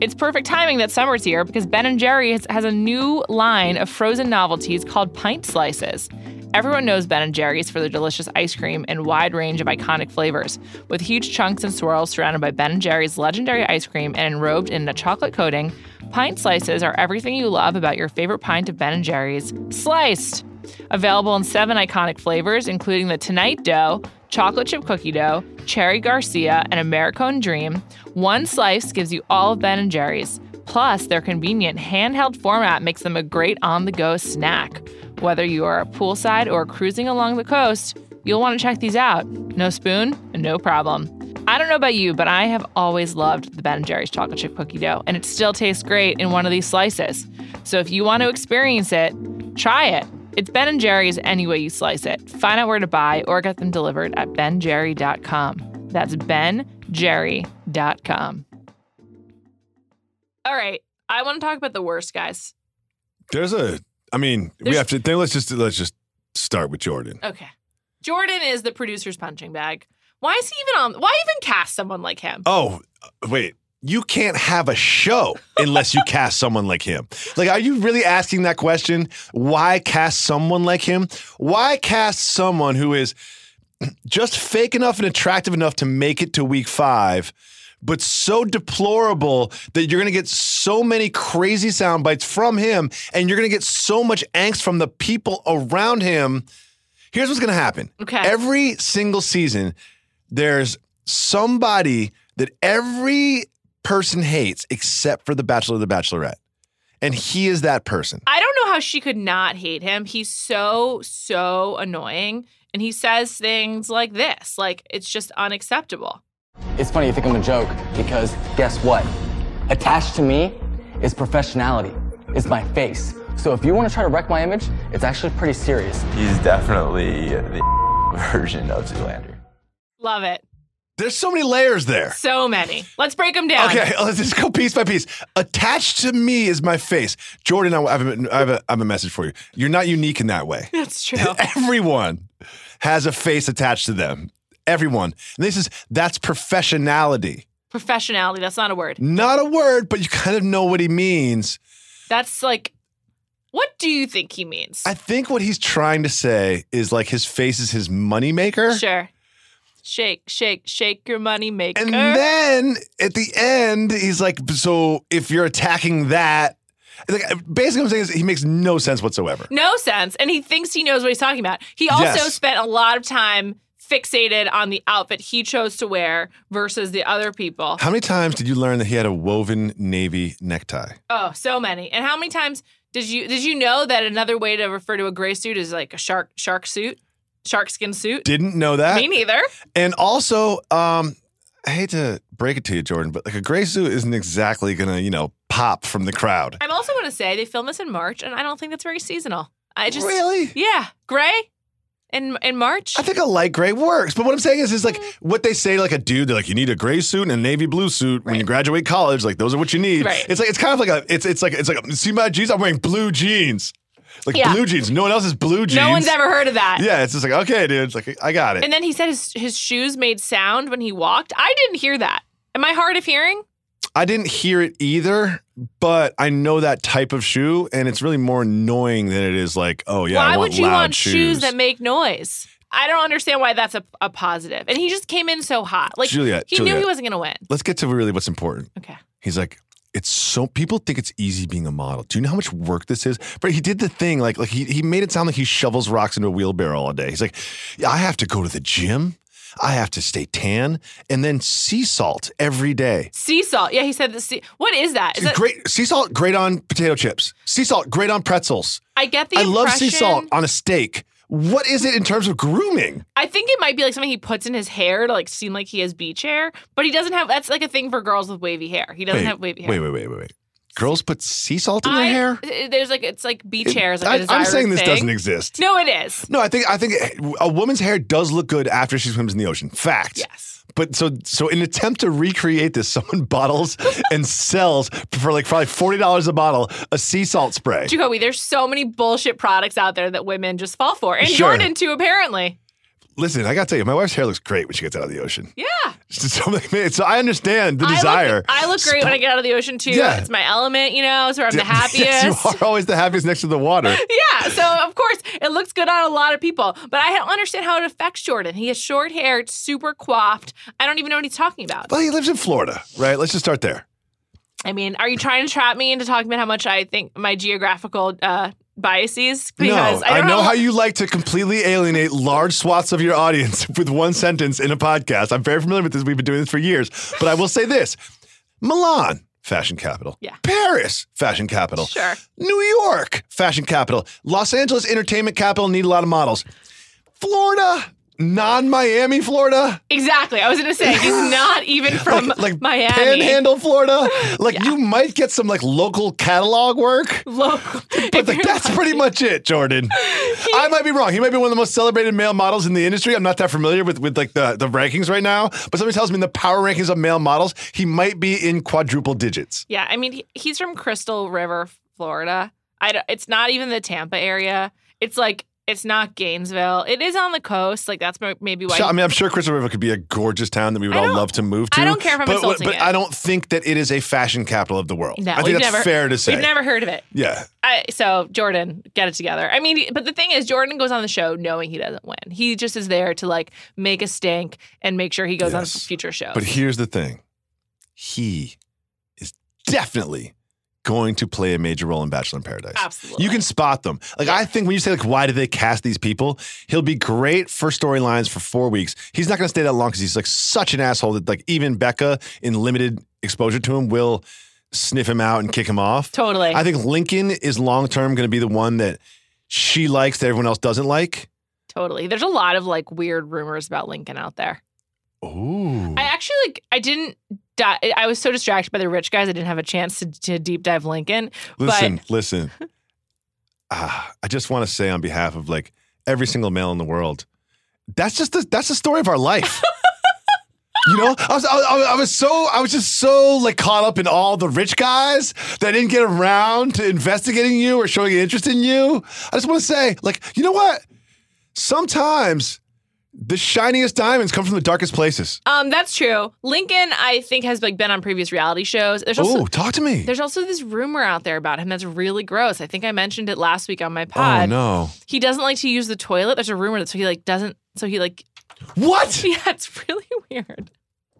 A: It's perfect timing that summer's here because Ben and Jerry has, has a new line of frozen novelties called pint slices. Everyone knows Ben and Jerry's for their delicious ice cream and wide range of iconic flavors. With huge chunks and swirls surrounded by Ben and Jerry's legendary ice cream and enrobed in a chocolate coating, pint slices are everything you love about your favorite pint of Ben and Jerry's sliced. Available in seven iconic flavors, including the Tonight Dough, Chocolate Chip Cookie Dough, Cherry Garcia, and Americone Dream. One slice gives you all of Ben and Jerry's. Plus, their convenient handheld format makes them a great on the go snack. Whether you are poolside or cruising along the coast, you'll want to check these out. No spoon, no problem. I don't know about you, but I have always loved the Ben and Jerry's chocolate chip cookie dough, and it still tastes great in one of these slices. So if you want to experience it, try it. It's Ben and Jerry's any way you slice it. Find out where to buy or get them delivered at benjerry.com. That's benjerry.com.
E: All right. I want to talk about the worst, guys.
C: There's a. I mean, we
E: There's-
C: have to. Then let's just let's just start with Jordan.
E: Okay. Jordan is the producer's punching bag.
A: Why is he even on? Why even cast someone like him?
C: Oh, wait. You can't have a show unless you cast someone like him. Like, are you really asking that question? Why cast someone like him? Why cast someone who is just fake enough and attractive enough to make it to week five, but so deplorable that you're going to get so many crazy sound bites from him and you're going to get so much angst from the people around him? Here's what's going to happen
A: Okay.
C: every single season, there's somebody that every person hates except for the Bachelor or the Bachelorette. And he is that person.
A: I don't know how she could not hate him. He's so, so annoying. And he says things like this like, it's just unacceptable.
F: It's funny you think I'm a joke because guess what? Attached to me is professionality. It's my face. So if you want to try to wreck my image, it's actually pretty serious.
G: He's definitely the version of Zoolander.
A: Love it.
C: There's so many layers there.
A: So many. Let's break him down.
C: Okay, let's just go piece by piece. Attached to me is my face. Jordan, I have a, I have a, I have a message for you. You're not unique in that way.
A: That's true.
C: Everyone has a face attached to them. Everyone. And this is that's professionality.
A: Professionality. That's not a word.
C: Not a word, but you kind of know what he means.
A: That's like, what do you think he means?
C: I think what he's trying to say is like his face is his moneymaker.
A: sure. Shake, shake, shake your money maker.
C: And then at the end, he's like, so if you're attacking that, like, basically what I'm saying is he makes no sense whatsoever.
A: no sense. And he thinks he knows what he's talking about. He also
C: Yes.
A: spent a lot of time fixated on the outfit he chose to wear versus the other people.
C: How many times did you learn that he had a woven navy necktie?
A: Oh, so many. And how many times did you did you know that another way to refer to a gray suit is like a shark shark suit, shark skin suit?
C: Didn't know that.
A: Me neither.
C: And also, um, I hate to break it to you, Jordan, but like a gray suit isn't exactly gonna, you know, pop from the crowd.
A: I'm also going to say they filmed this in March, and I don't think that's very seasonal. I just
C: really?
A: yeah, gray in in March.
C: I think a light gray works, but what I'm saying is, is like
A: Mm-hmm.
C: what they say, like a dude, they're like, you need a gray suit and a navy blue suit when you graduate college. Like those are what you need.
A: Right.
C: It's like it's kind of like a, it's it's like it's like see my jeans, I'm wearing blue jeans, like
A: Yeah.
C: blue jeans. No one else is blue jeans.
A: No one's ever heard of that.
C: Yeah, it's just like okay, dude, it's like I got it.
A: And then he said his his shoes made sound when he walked. I didn't hear that. Am I hard of hearing?
C: I didn't hear it either, but I know that type of shoe, and it's really more annoying than it is like, oh yeah, I
A: why
C: want
A: would you
C: loud
A: want
C: shoes.
A: shoes. that make noise? I don't understand why that's a, a positive. And he just came in so hot. Like
C: Juliet,
A: he knew
C: Juliet.
A: he wasn't going to win.
C: Let's get to really what's important.
A: Okay.
C: He's like, it's so people think it's easy being a model. Do you know how much work this is? But he did the thing, like like he he made it sound like he shovels rocks into a wheelbarrow all day. He's like, I have to go to the gym, I have to stay tan, and then sea salt every day.
A: Sea salt. Yeah, he said the sea. What is that? Is that
C: great sea salt, great on potato chips. Sea salt, great on pretzels.
A: I get the
C: I love sea
A: impression-
C: salt on a steak. What is it in terms of grooming?
A: I think it might be like something he puts in his hair to like seem like he has beach hair, but he doesn't have. That's like a thing for girls with wavy hair. He doesn't have wavy hair.
C: wait, wait, wait, wait, wait. Girls put sea salt in
A: I,
C: their hair.
A: uh, There's like it's like beach hair is like a
C: I, I'm
A: desired
C: saying this
A: thing.
C: doesn't exist.
A: No, it is.
C: No, I think I think a woman's hair does look good after she swims in the ocean. Fact.
A: Yes.
C: But so so in an attempt to recreate this, someone bottles and sells for like probably forty dollars a bottle a sea salt spray.
A: Jacoby, there's so many bullshit products out there that women just fall for, and
C: Sure.
A: Jordan too, apparently.
C: Listen, I gotta tell you, my wife's hair looks great when she gets out of the ocean.
A: Yeah,
C: So, I'm like, man, so I understand the desire.
A: I look, I look great when I get out of the ocean too.
C: Yeah.
A: It's my element, you know. It's where I'm the happiest.
C: Yes, you are always the happiest next to the water.
A: Yeah, so of course it looks good on a lot of people, but I don't understand how it affects Jordan. He has short hair, it's super coiffed. I don't even know what he's talking about.
C: Well, he lives in Florida, right? Let's just start there.
A: I mean, are you trying to trap me into talking about how much I think my geographical uh, biases? Because
C: no, I,
A: don't
C: know how you like to completely alienate large swaths of your audience with one sentence in a podcast. I'm very familiar with this. We've been doing this for years. But I will say this Milan, fashion capital.
A: Yeah.
C: Paris, fashion capital.
A: Sure.
C: New York, fashion capital. Los Angeles, entertainment capital, need a lot of models. Florida, non Miami, Florida.
A: exactly. I was going to say he's not even from Miami.
C: Panhandle, Florida. Like you might get some like local catalog work.
A: Local.
C: But like, that's pretty much it, Jordan. I might be wrong. He might be one of the most celebrated male models in the industry. I'm not that familiar with, with like the, the rankings right now, but somebody tells me in the power rankings of male models, he might be in quadruple digits.
A: Yeah, I mean, he, he's from Crystal River, Florida. I don't- it's not even the Tampa area. It's like It's not Gainesville. It is on the coast. Like that's mo- maybe why.
C: So, I mean, I'm sure Crystal River could be a gorgeous town that we would all
A: don't-
C: love to move to.
A: I don't care if I'm
C: but,
A: insulting
C: But
A: it.
C: I don't think that it is a fashion capital of the world.
A: No,
C: I think
A: we've
C: that's
A: never-
C: fair to say.
A: We've never heard of it.
C: yeah.
A: I, so Jordan, get it together. I mean, but the thing is, Jordan goes on the show knowing he doesn't win. He just is there to like make a stink and make sure he goes on
C: Yes.
A: future shows.
C: But here's the thing he is definitely going to play a major role in Bachelor in Paradise.
A: Absolutely.
C: You can spot them. Like, I think when you say, like, why did they cast these people? He'll be great for storylines for four weeks. He's not going to stay that long because he's, like, such an asshole that, like, even Becca, in limited exposure to him, will sniff him out and kick him off.
A: totally.
C: I think Lincoln is long term going to be the one that she likes that everyone else doesn't like.
A: Totally. There's a lot of like weird rumors about Lincoln out there.
C: Ooh.
A: I actually like I didn't di- I was so distracted by the rich guys I didn't have a chance to, to deep dive Lincoln.
C: Listen, listen. Ah, I just want to say on behalf of like every single male in the world, that's just the, that's the story of our life. you know, I was I, was- I was so I was just so like caught up in all the rich guys that I didn't get around to investigating you or showing interest in you. I just want to say, like, you know what? Sometimes the shiniest diamonds come from the darkest places.
A: Um that's true. Lincoln I think has like been on previous reality shows. There's also
C: Oh, talk to me.
A: there's also this rumor out there about him that's really gross. I think I mentioned it last week on my
C: Oh
A: pod.
C: no!
A: He doesn't like to use the toilet. There's a rumor that so he like doesn't so he like
C: What?
A: yeah, it's really weird.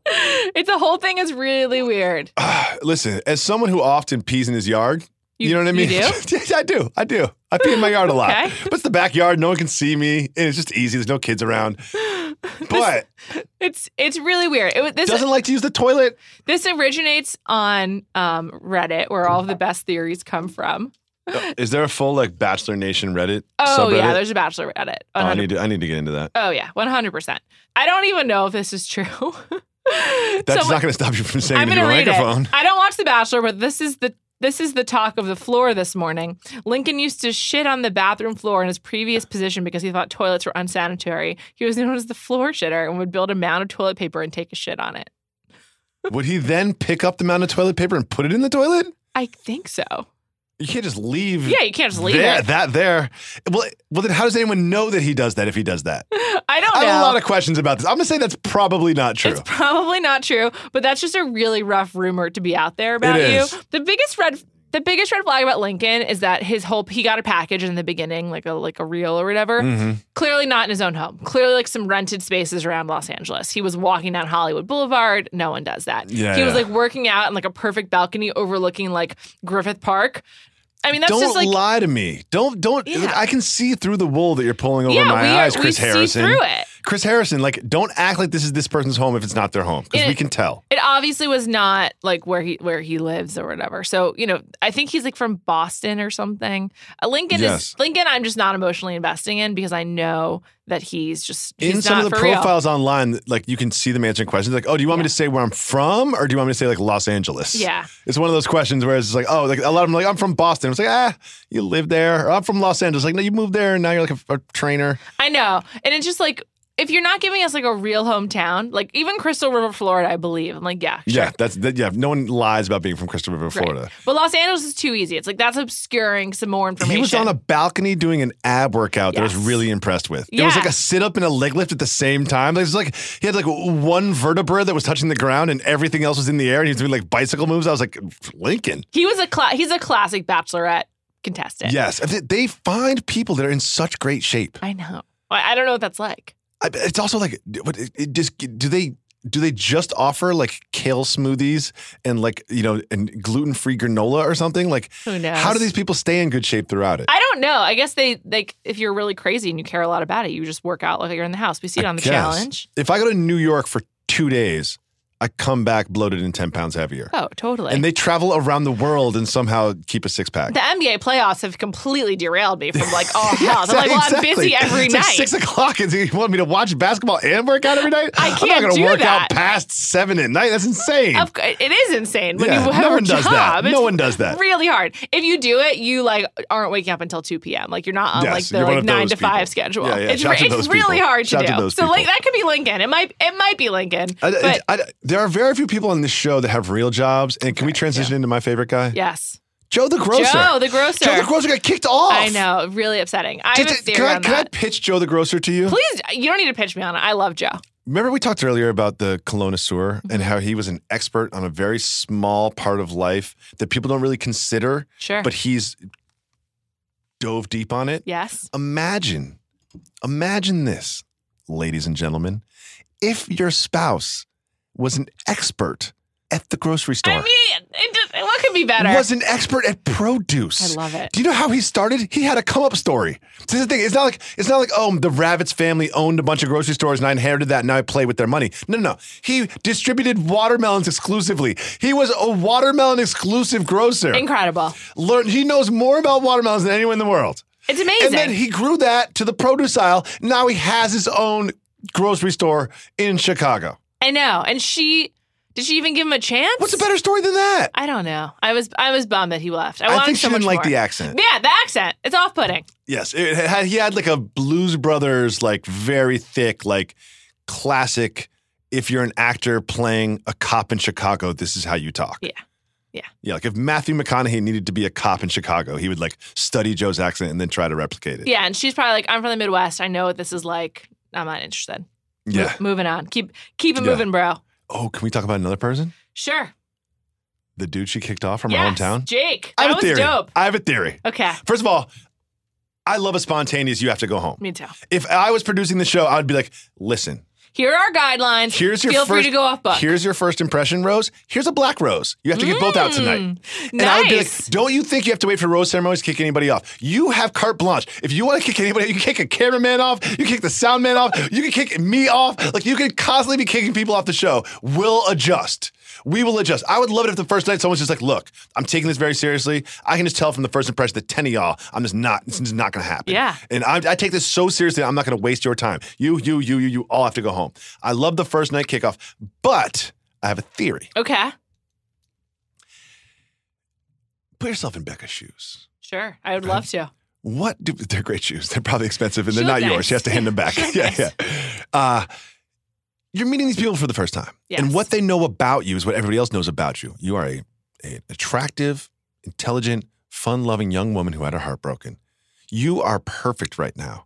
A: it's the whole thing is really weird.
C: Listen, as someone who often pees in his yard, you,
A: You-
C: know what I
A: you
C: mean?
A: do?
C: Yes, I do. I do. I pee in my yard a lot.
A: Okay.
C: But it's the backyard. No one can see me. And it's just easy. There's no kids around. But
A: It's it's really weird. It, was- this
C: doesn't like to use the toilet.
A: This originates on um, Reddit, where all of the best theories come from.
C: Is there a full like Bachelor Nation Reddit
A: Oh
C: subreddit?
A: yeah, there's a bachelor Reddit.
C: Oh, I
A: 100
C: need to I need to get into that.
A: oh yeah, one hundred percent. I don't even know if this is true.
C: That's
A: So
C: not going to stop you from saying
A: I'm
C: it into
A: gonna
C: a
A: read
C: microphone.
A: it. I don't watch The Bachelor, but this is the this is the talk of the floor this morning. Lincoln used to shit on the bathroom floor in his previous position because he thought toilets were unsanitary. He was known as the floor shitter and would build a mound of toilet paper and take a shit on it.
C: Would he then pick up the amount of toilet paper and put it in the toilet?
A: I think so.
C: You can't just leave.
A: Yeah, you can't just leave
C: there,
A: it.
C: that there. Well, well, then how does anyone know that he does that if he does that?
A: I don't know.
C: I have a lot of questions about this. I'm going to say that's probably not true.
A: It's probably not true, but that's just a really rough rumor to be out there about
C: It
A: you.
C: is.
A: The biggest red the biggest red flag about Lincoln is that his whole he got a package in the beginning, like a like a reel or whatever.
C: Mm-hmm.
A: Clearly not in his own home. Clearly like some rented spaces around Los Angeles. He was walking down Hollywood Boulevard. No one does that.
C: Yeah,
A: he was
C: yeah.
A: like working out in like a perfect balcony overlooking like Griffith Park. I mean, that's
C: don't
A: just like
C: lie to me. Don't don't.
A: Yeah.
C: Like, I can see through the wool that you're pulling over
A: yeah,
C: my
A: we, are-
C: eyes,
A: we
C: Chris
A: see
C: Harrison.
A: through it.
C: Chris Harrison, like, don't act like this is this person's home if it's not their home because
A: It-
C: we can tell.
A: it obviously was not like where he where he lives or whatever. So you know, I think he's like from Boston or something. Uh, Lincoln
C: Yes.
A: is Lincoln. I'm just not emotionally investing in because I know that he's just he's
C: In some
A: not
C: of the
A: for real.
C: profiles online, like you can see them answering questions like, "Oh, do you want me to say where I'm from, or do you want me to say like Los Angeles?"
A: Yeah.
C: it's one of those questions where it's like, "Oh, like a lot of them, are like I'm from Boston." It's like, "Ah, you live there." Or, I'm from Los Angeles. Like, no, you moved there, and now you're like a, a trainer.
A: I know, and it's just like if you're not giving us like a real hometown, like even Crystal River, Florida, I believe. I'm like, yeah, sure.
C: Yeah, that's that, yeah. No one lies about being from Crystal River,
A: Right.
C: Florida.
A: But Los Angeles is too easy. It's like that's obscuring some more information.
C: He was on a balcony doing an ab workout that I was
A: Yes.
C: really impressed with. It was
A: Yeah.
C: like a sit up and a leg lift at the same time. Like, it was like he had like one vertebra that was touching the ground and everything else was in the air and he was doing like bicycle moves. I was like, Lincoln.
A: he was a cla- he's a classic bachelorette contestant.
C: Yes. They- They find people that are in such great shape.
A: I know. I I don't know what that's like.
C: I- It's also like, what- it it just do they do they just offer like kale smoothies and like you know and gluten free granola or something? Like,
A: Who knows?
C: how do these people stay in good shape throughout it?
A: I don't know. I guess they like if you're really crazy and you care a lot about it, you just work out like you're in the house. We see it on the
C: Guess.
A: challenge.
C: If I go to New York for two days, I come back bloated and 10 pounds heavier.
A: Oh, totally.
C: And they travel around the world and somehow keep a six pack.
A: the NBA playoffs have completely derailed me from like all health. I'm like, well, I'm busy every
C: it's
A: night.
C: Like six o'clock, and you want me to watch basketball and work out every night?
A: I
C: am not
A: can't
C: gonna
A: do
C: work
A: that.
C: out past seven at night. That's insane.
A: Of cou- it is insane when
C: Yeah,
A: you have
C: no
A: a
C: one
A: job.
C: does that. No
A: It's
C: one does that.
A: Really hard. If you do it, you like aren't waking up until two p.m. Like you're not on
C: Yes,
A: like the
C: you're one
A: like
C: of
A: nine
C: those
A: to five
C: people.
A: schedule.
C: Yeah, yeah.
A: It's,
C: Shout to
A: re-
C: those
A: it's really
C: people.
A: hard to
C: Shout
A: do.
C: to those
A: so like
C: people.
A: that could be Lincoln. It might it might be Lincoln.
C: I- I-
A: but
C: I- there are very few people on this show that have real jobs. And can we transition into my favorite guy?
A: yes,
C: Joe the grocer.
A: Joe the grocer.
C: Joe the grocer got kicked off.
A: I know, really upsetting. I have
C: Did-
A: a
C: did-
A: theory
C: can I,
A: on
C: can I
A: that.
C: pitch Joe the grocer to you?
A: Please, you don't need to pitch me on it. I love Joe.
C: Remember we talked earlier about the colonosaur
A: Mm-hmm.
C: and how he was an expert on a very small part of life that people don't really consider,
A: Sure.
C: but he's dove deep on it.
A: yes.
C: Imagine, imagine this, ladies and gentlemen, if your spouse was an expert at the grocery store.
A: I mean, it just, what could be better?
C: was an expert at produce.
A: I love it.
C: Do you know how he started? He had a come up story. This is the thing. It's not like it's not like oh the Ravitz family owned a bunch of grocery stores and I inherited that. And now I play with their money. No, no, no. He distributed watermelons exclusively. He was a watermelon exclusive grocer.
A: Incredible.
C: Learn. He knows more about watermelons than anyone in the world.
A: It's amazing.
C: And then he grew that to the produce aisle. Now he has his own grocery store in Chicago.
A: I know. And she did she even give him a chance?
C: What's a better story than that?
A: I don't know. I was I was bummed that he left. I,
C: I
A: wanted
C: think she
A: so much
C: didn't like
A: more.
C: the accent.
A: Yeah, the accent. It's off putting.
C: Yes, it had, he had like a Blues Brothers, like very thick, like classic. If you're an actor playing a cop in Chicago, this is how you talk.
A: Yeah. Yeah.
C: Yeah. Like if Matthew McConaughey needed to be a cop in Chicago, he would like study Joe's accent and then try to replicate it.
A: Yeah, and she's probably like, I'm from the Midwest. I know what this is like. I'm not interested. Mo-
C: Yeah.
A: moving on. Keep keep it
C: Yeah.
A: moving, bro.
C: Oh, can we talk about another person?
A: Sure.
C: The dude she kicked off from her
A: yes.
C: hometown?
A: Jake.
C: I
A: That
C: have a
A: was
C: theory.
A: dope.
C: I have a theory.
A: Okay.
C: First of all, I love a spontaneous you have to go home.
A: Me too.
C: If I was producing the show, I would be like, listen,
A: Here are our guidelines.
C: Here's your
A: Feel free
C: first-
A: to go off book.
C: Here's your first impression rose. Here's a black rose. You have to get both out tonight.
A: Hmm.
C: And I would be like,
A: nice.
C: don't you think you have to wait for rose ceremonies to kick anybody off? You have carte blanche. If you want to kick anybody, you can kick a cameraman off, you can kick the sound man off, you can kick me off. Like you can constantly be kicking people off the show. We'll adjust. We will adjust. I would love it if the first night someone's just like, look, I'm taking this very seriously. I can just tell from the first impression that 10 of y'all, I'm just not, this is not going to happen.
A: Yeah.
C: And I, I take this so seriously. I'm not going to waste your time. You, you, you, you, you all have to go home. I love the first night kickoff, but I have a theory.
A: Okay.
C: Put yourself in Becca's shoes.
A: Sure. I would love to.
C: What do they're great shoes? They're probably expensive and they're
A: She
C: not
A: looked
C: yours.
A: nice.
C: She has to hand them back.
A: She looked
C: yeah,
A: nice.
C: yeah. Uh, you're meeting these people for the first time, and
A: Yes.
C: what they know about you is what everybody else knows about you. You are a, a attractive, intelligent, fun-loving young woman who had her heart broken. You are perfect right now.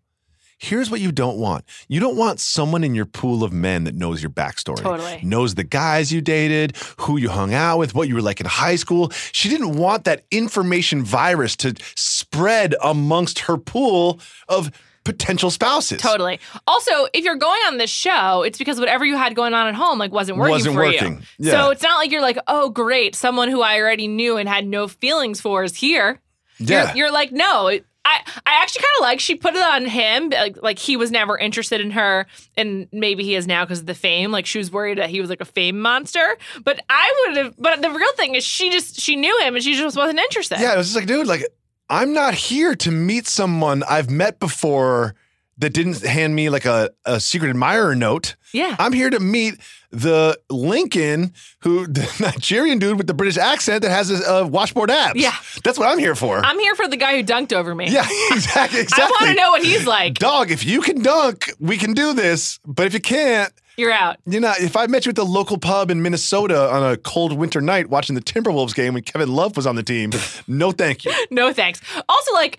C: Here's what you don't want. You don't want someone in your pool of men that knows your backstory.
A: Totally.
C: Knows the guys you dated, who you hung out with, what you were like in high school. She didn't want that information virus to spread amongst her pool of potential spouses.
A: Totally. Also, if you're going on this show, it's because whatever you had going on at home like wasn't working
C: Wasn't
A: for
C: working.
A: you.
C: Yeah.
A: So it's not like you're like, oh great, someone who I already knew and had no feelings for is here.
C: Yeah.
A: You're, you're like, no. It, I, I actually kind of like she put it on him like, like he was never interested in her and maybe he is now because of the fame like she was worried that he was like a fame monster but I would have but the real thing is she just she knew him and she just wasn't interested
C: Yeah, it was just like, dude, like I'm not here to meet someone I've met before that didn't hand me like a, a secret admirer note.
A: Yeah.
C: I'm here to meet the Lincoln, who the Nigerian dude with the British accent that has his uh, washboard abs.
A: Yeah.
C: That's what I'm here for.
A: I'm here for the guy who dunked over me
C: yeah, exactly. exactly.
A: I want to know what he's like
C: Dog, if you can dunk, we can do this. But if you can't,
A: you're out
C: you know, if I met you at the local pub in Minnesota on a cold winter night watching the Timberwolves game when Kevin Love was on the team, no thank you.
A: no thanks. Also, like,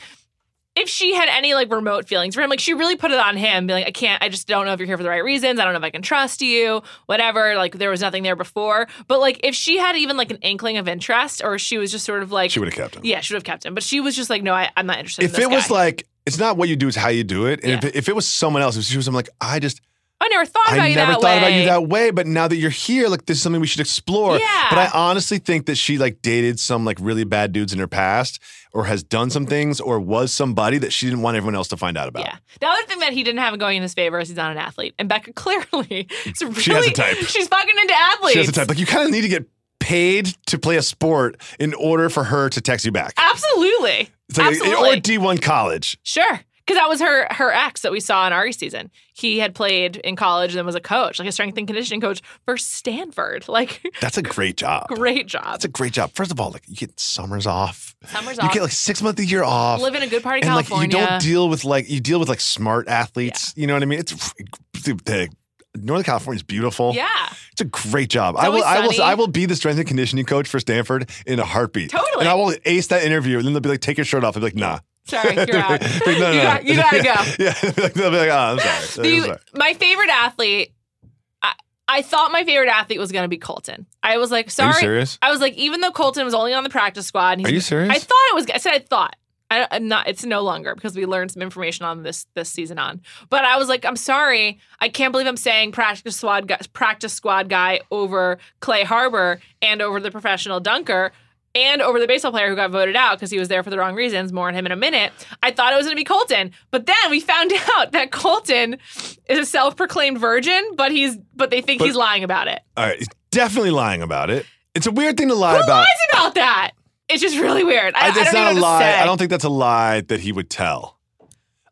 A: if she had any like remote feelings for him, like she really put it on him, being like, I can't, I just don't know if you're here for the right reasons. I don't know if I can trust you, whatever. Like there was nothing there before. But like if she had even like an inkling of interest, or she was just sort of like
C: She would have kept him.
A: Yeah, she would have kept him. But she was just like, No, I, I'm not interested in
C: if
A: this
C: it was
A: guy.
C: like it's not what you do it's how you do it and if,
A: Yeah.
C: it, if it was someone else if she was I'm like i just
A: I never thought about
C: i
A: you
C: never
A: that
C: thought
A: way.
C: about you that way but now that you're here like this is something we should explore
A: Yeah.
C: but i honestly think that she like dated some like really bad dudes in her past or has done some things or was somebody that she didn't want everyone else to find out about
A: Yeah. The other thing that he didn't have going in his favor is he's not an athlete. And Becca clearly is really
C: has a type.
A: she's fucking into athletes.
C: she has the type like you kind of need to get paid to play a sport in order for her to text you back
A: Absolutely.
C: It's like-
A: Absolutely.
C: or d1 college
A: Sure. Because that was her her ex that we saw in Ari season. He had played in college and then was a coach, like a strength and conditioning coach for Stanford. Like,
C: that's a great job
A: great job.
C: that's a great job first of all like you get summers off
A: Summer's
C: you
A: off.
C: get like six months a year off
A: Live in a good part of
C: and like you
A: California.
C: don't deal with like you deal with like smart athletes. You know what I mean? It's the, the Northern California is beautiful.
A: yeah.
C: It's a great job. I will.
A: always
C: I will.
A: sunny.
C: I will be the strength and conditioning coach for Stanford in a heartbeat.
A: Totally.
C: And I will ace that interview, and then they'll be like, "Take your shirt off." I'll be like, "Nah."
A: Sorry, you're out.
C: Like, no, no,
A: you,
C: no.
A: got, you gotta go.
C: yeah. Like, they'll be like, "Oh, I'm sorry."
A: The-
C: I'm sorry.
A: my favorite athlete. I, I thought my favorite athlete was going to be Colton. I was like, sorry.
C: serious?
A: I was like, even though Colton was only on the practice squad, and he's
C: Are you serious?
A: I thought it was. I said I thought. I, I'm not. It's no longer because we learned some information on this this season on. But I was like, I'm sorry. I can't believe I'm saying practice squad guy, practice squad guy over Clay Harbor and over the professional dunker. And over the baseball player who got voted out because he was there for the wrong reasons. More on him in a minute. I thought it was going to be Colton, but then we found out that Colton is a self-proclaimed virgin, but he's but they think
C: But-
A: he's lying about it.
C: All right. He's definitely lying about it. It's a weird thing to lie
A: Who
C: about.
A: lies about that? It's just really weird. I, I
C: it's
A: don't even know
C: not
A: what
C: a
A: to
C: lie.
A: say.
C: I don't think that's a lie that he would tell.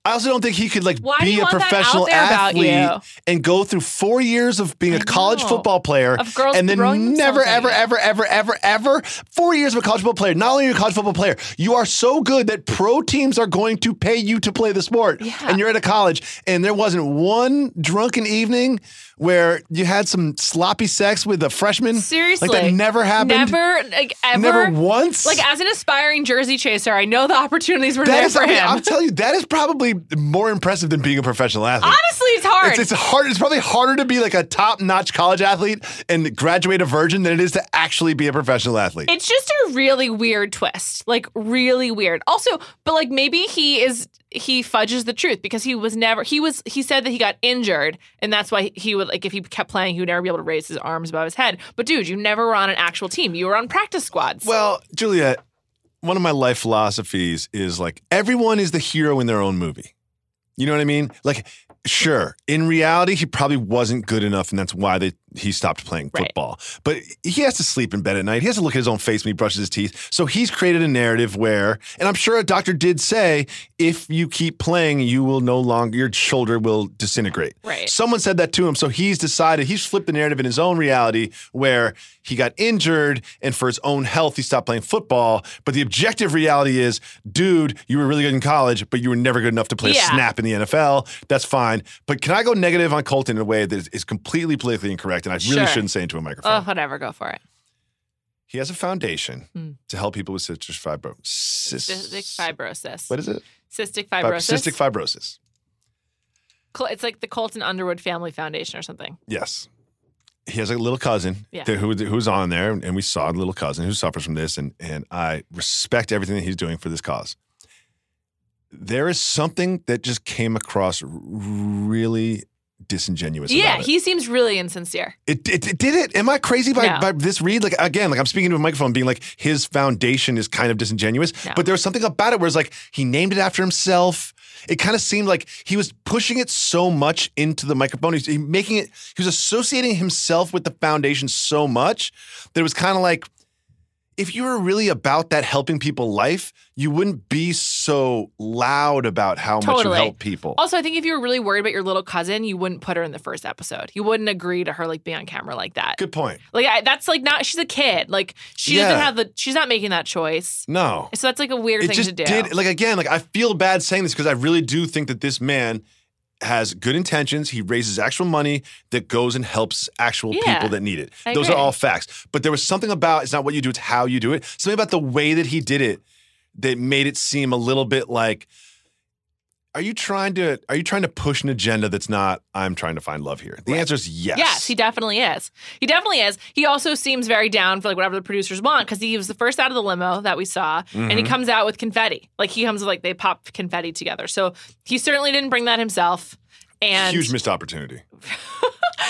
C: I also don't think he could like
A: Why do
C: be
A: you
C: a
A: want that out
C: professional
A: there about
C: athlete
A: you?
C: and go through four years of being a college
A: know.
C: football player
A: Of girls
C: and then
A: throwing themselves
C: never,
A: at
C: ever,
A: you.
C: ever, ever, ever, ever four years of a college football player. Not only are you a college football player, you are so good that pro teams are going to pay you to play the sport.
A: Yeah.
C: And you're at a college, and there wasn't one drunken evening where you had some sloppy sex with a freshman.
A: Seriously.
C: like that never happened.
A: Never, like, ever.
C: Never once.
A: Like, as an aspiring jersey chaser, I know the opportunities were
C: That
A: there
C: is,
A: for
C: I mean,
A: him.
C: I'm telling you, that is probably more impressive than being a professional athlete.
A: Honestly, it's hard.
C: It's, it's hard. It's probably harder to be like a top-notch college athlete and graduate a virgin than it is to actually be a professional athlete.
A: It's just a really weird twist. Like really weird. Also, but like maybe he is he fudges the truth because he was never he was he said that he got injured and that's why he would like if he kept playing he would never be able to raise his arms above his head. But dude, you never were on an actual team. You were on practice squads.
C: well, Juliet, one of my life philosophies is like everyone is the hero in their own movie. You know what I mean? Like, sure, in reality, he probably wasn't good enough, and that's why they, he stopped playing
A: Right.
C: football. But he has to sleep in bed at night. He has to look at his own face when he brushes his teeth. So he's created a narrative where, and I'm sure a doctor did say, if you keep playing, you will no longer, your shoulder will disintegrate.
A: Right.
C: Someone said that to him. So he's decided, he's flipped the narrative in his own reality where he got injured and for his own health, he stopped playing football. But the objective reality is, dude, you were really good in college, but you were never good enough to play play
A: Yeah.
C: snap in the NFL. That's fine. But can I go negative on Colton in a way that is, is completely politically incorrect? And I really
A: Sure.
C: shouldn't say into a microphone.
A: oh, whatever, go for it.
C: He has a foundation
A: Hmm.
C: to help people with cystic fibro-
A: Cystic
C: cys-
A: fibrosis.
C: What is it?
A: Cystic
C: Fib-
A: fibrosis.
C: Cystic fibrosis.
A: Col- it's like the Colton Underwood Family Foundation or something.
C: Yes. He has a little cousin
A: Yeah.
C: that- who, who's on there, and we saw the little cousin who suffers from this, and, and I respect everything that he's doing for this cause. There is something that just came across r- really disingenuous.
A: yeah,
C: about it.
A: he seems really insincere.
C: It, it, it did it. Am I crazy by,
A: No.
C: by this read? Like again, like I'm speaking to a microphone, being like his foundation is kind of disingenuous.
A: No.
C: But there was something about it where it's like he named it after himself. It kind of seemed like he was pushing it so much into the microphone. He's he making it. He was associating himself with the foundation so much that it was kind of like if you were really about that helping people life, you wouldn't be so loud about how much you
A: Totally.
C: help people.
A: Also, I think if you were really worried about your little cousin, you wouldn't put her in the first episode. You wouldn't agree to her like being on camera like that.
C: Good point.
A: Like I, that's like not she's a kid. Like she
C: Yeah.
A: doesn't have the she's not making that choice.
C: No.
A: So that's like a weird
C: it
A: thing
C: just
A: to do.
C: did like again like i feel bad saying this because i really do think that this man has good intentions he raises actual money that goes and helps actual
A: Yeah,
C: people that need it
A: I
C: those are
A: agree.
C: all facts but there was something about it's not what you do it's how you do it something about the way that he did it that made it seem a little bit like are you trying to are you trying to push an agenda that's not i'm trying to find love here the answer is yes
A: Yes, he definitely is. He definitely is. He also seems very down for like whatever the producers want because he was the first out of the limo that we saw, and
C: Mm-hmm.
A: he comes out with confetti. Like he comes with like they pop confetti together. So he certainly didn't bring that himself. And
C: huge missed opportunity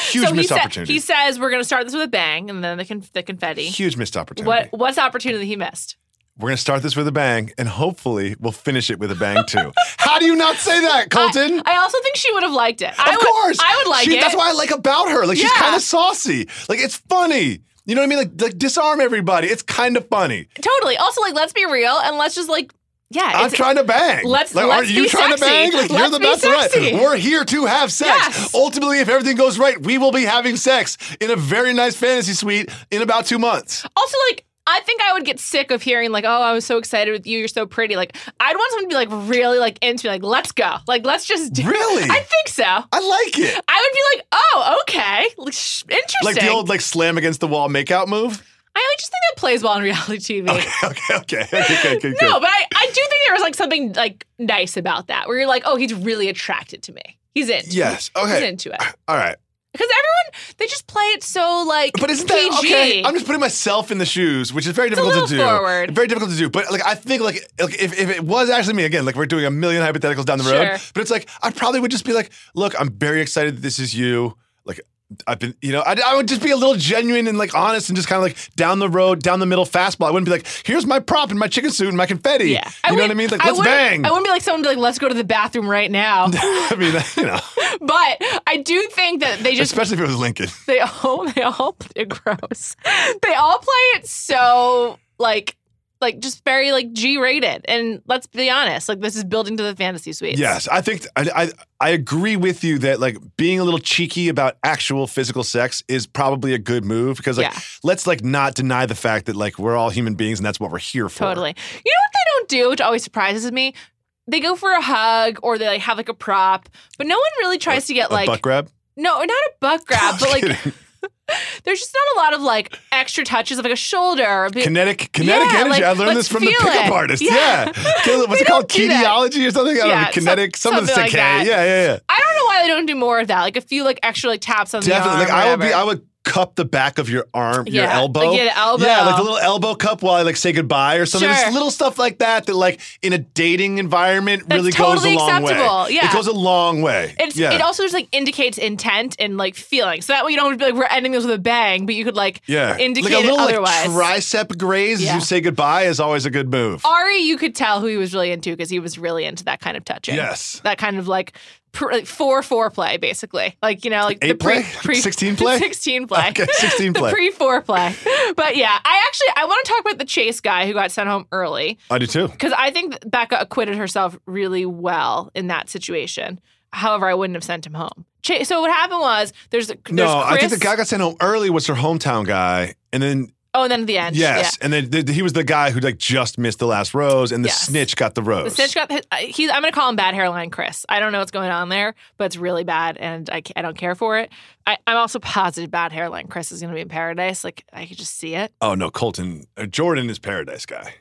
C: huge
A: so he
C: missed
A: sa-
C: opportunity
A: he says we're going to start this with a bang, and then the, conf- the confetti.
C: huge missed opportunity
A: What what's the opportunity he missed?
C: We're going to start this with a bang, and hopefully we'll finish it with a bang too. How do you not say that, Colton?
A: I also think she would have liked it. Of I
C: of
A: would,
C: course,
A: I would like
C: She-
A: it.
C: That's what I like about her. Like she's
A: Yeah.
C: kind of saucy. Like it's funny. You know what I mean? Like, like disarm everybody. It's kind of funny.
A: Totally. Also, like, let's be real and let's just like, yeah,
C: I'm
A: it's-
C: trying to bang.
A: Let's-
C: like,
A: let's
C: aren't you
A: be
C: trying to
A: sexy.
C: bang? Like you're
A: Let's
C: the
A: be
C: best
A: sexy.
C: right. We're here to have sex.
A: Yes.
C: Ultimately, if everything goes right, we will be having sex in a very nice fantasy suite in about two months.
A: also like. I think I would get sick of hearing like, "Oh, I was so excited with you. You're so pretty." Like, I'd want someone to be like really like into me, like, "Let's go. Like, let's just do." it."
C: Really?
A: I think so. I
C: I like it.
A: would be like, "Oh, okay, like, sh- interesting."
C: Like the old like slam against the wall makeout move.
A: I just think that plays well on reality TV.
C: Okay, okay, okay, okay, okay.
A: No, but I, I do think there was like something like nice about that, where you're like, "Oh, he's really attracted to me. He's in."
C: Yes.
A: He's
C: Okay.
A: into it.
C: All right.
A: Because everyone, they just play it so like
C: But isn't that
A: PG.
C: okay? I'm just putting myself in the shoes, which is very
A: a
C: difficult to do.
A: little forward.
C: Very difficult to do. But like I think like, like if, if it was actually me again, like we're doing a million hypotheticals down the
A: Sure.
C: road, but it's like I probably would just be like, look, I'm very excited that this is you. Like I've been, you know, I, I would just be a little genuine and like honest and just kind of like down the road, down the middle fastball. I wouldn't be like, here's my prop and my chicken suit and my confetti.
A: yeah.
C: You know what I mean? Like let's
A: wouldn't-
C: bang.
A: I wouldn't be like someone to like, let's go to the bathroom right now.
C: I mean, you know,
A: but I do think that they just
C: especially if it was Lincoln.
A: they all they all play gross. They all play it so like like just very like G rated. And let's be honest, like this is building to the fantasy suite.
C: Yes, I think I, I I agree with you that like being a little cheeky about actual physical sex is probably a good move because like
A: Yeah.
C: let's like not deny the fact that like we're all human beings and that's what we're here for.
A: Totally. You know what they don't do, which always surprises me? They go for a hug or they like have like a prop, but no one really tries to get
C: A
A: like
C: butt grab.
A: no, not a butt grab, but like
C: Kidding.
A: there's just not a lot of like extra touches of like a shoulder. Or be-
C: kinetic kinetic
A: Yeah,
C: energy.
A: like,
C: I learned
A: let's
C: this from the
A: feel
C: pickup
A: it.
C: artist. Yeah,
A: Yeah.
C: Caleb, what's
A: We
C: it called?
A: don't do that.
C: Kinetiology or something? I don't
A: Yeah,
C: know.
A: some-
C: Kinetic. some of the
A: something like
C: Yeah,
A: that.
C: yeah, yeah.
A: I don't know why they don't do more of that. Like a few like extra like taps on
C: Definitely.
A: the arm.
C: Like I would be.
A: whatever.
C: I would cup the back of your arm, your
A: Yeah,
C: elbow.
A: like, yeah, the elbow.
C: Yeah, like the little elbow cup while I like say goodbye or something. Just
A: Sure.
C: little stuff like that that like in a dating environment
A: That's
C: really
A: totally
C: goes a long
A: acceptable,
C: way.
A: yeah.
C: It goes a long way.
A: It's,
C: yeah.
A: It also just like indicates intent and like feeling. So that way you don't have to be like, we're ending this with a bang, but you could like
C: yeah.
A: indicate
C: like
A: it
C: a little
A: otherwise.
C: like tricep graze as
A: Yeah.
C: you say goodbye is always a good move.
A: Ari, you could tell who he was really into because he was really into that kind of touching.
C: Yes.
A: That kind of like, pr- like four foreplay, basically. Like, you know, like the
C: Eight
A: pre,
C: play? 16 play?
A: 16 play.
C: Okay, 16 play.
A: The pre foreplay. But yeah, I actually, I want to talk about the chase guy who got sent home early.
C: I do too.
A: because I think that Becca acquitted herself really well in that situation. However, I wouldn't have sent him home. Cha- So what happened was there's, there's
C: No, I think
A: Chris-
C: the guy got sent home early was her hometown guy, and then
A: oh, and then at the end,
C: yes,
A: yeah.
C: and then th- he was the guy who like just missed the last rose, and the
A: Yes.
C: snitch got the rose.
A: The snitch got his, I- he's. I'm gonna call him bad hairline Chris. I don't know what's going on there, but it's really bad, and I, ca- I don't care for it. I, I'm also positive bad hairline Chris is gonna be in paradise. Like I could just see it.
C: oh no, Colton uh, Jordan is paradise guy.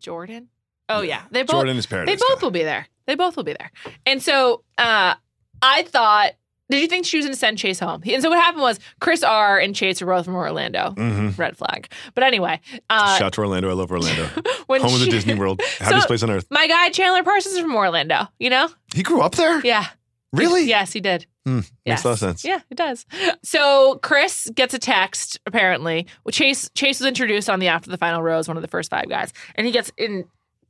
A: Jordan. Oh yeah, they both.
C: Jordan is paradise.
A: They both
C: guy.
A: will be there. They both will be there. And so uh, I thought, did you think she was going to send Chase home? And so what happened was Chris R. and Chase were both from Orlando.
C: Mm-hmm.
A: Red flag. But anyway, uh,
C: Shout to Orlando. I love Orlando.
A: when
C: Home of the
A: she-
C: Disney World. Happiest place on earth.
A: My guy Chandler Parsons is from Orlando. You know?
C: He grew up there?
A: Yeah.
C: Really?
A: Yes, he did.
C: Hmm, Makes
A: Yes.
C: a lot of sense.
A: Yeah, it does. So Chris gets a text apparently. Well, Chase Chase was introduced on the after the final rose, one of the first five guys, and he gets in.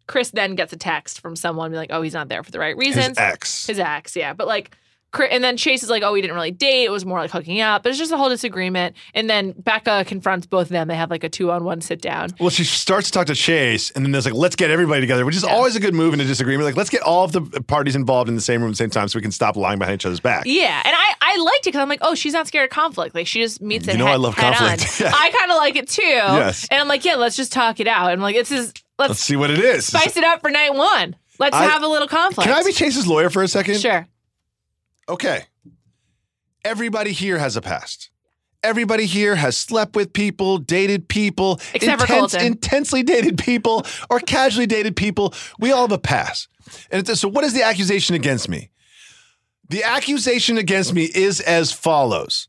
A: Chris then gets a text from someone being like, "Oh, he's not there for the right
C: His
A: reasons."
C: ex.
A: His ex, yeah. But like, Chri- and then Chase is like, oh, we didn't really date. It was more like hooking up. But it's just a whole disagreement. And then Becca confronts both of them. They have like a two on one sit down.
C: well, she starts to talk to Chase, and then there's like, let's get everybody together, which is always a good move in a disagreement. Like, let's get all of the parties involved in the same room at the same time so we can stop lying behind each other's back.
A: Yeah. And I, I liked it because I'm like, oh, she's not scared of conflict. Like, she just meets it.
C: You know
A: head,
C: I love
A: head
C: conflict.
A: on.
C: Yeah.
A: I kind of like it too.
C: Yes.
A: And I'm like, yeah, let's just talk it out. I'm like, this is, let's,
C: Let's see what it is.
A: spice it up for night one. Let's
C: I-
A: have a little conflict.
C: Can I be Chase's lawyer for a second?
A: Sure.
C: okay, everybody here has a past. Everybody here has slept with people, dated people,
A: Except for Colton.
C: intensely dated people, or casually dated people. We all have a past. And it's, so, what is the accusation against me? The accusation against me is as follows.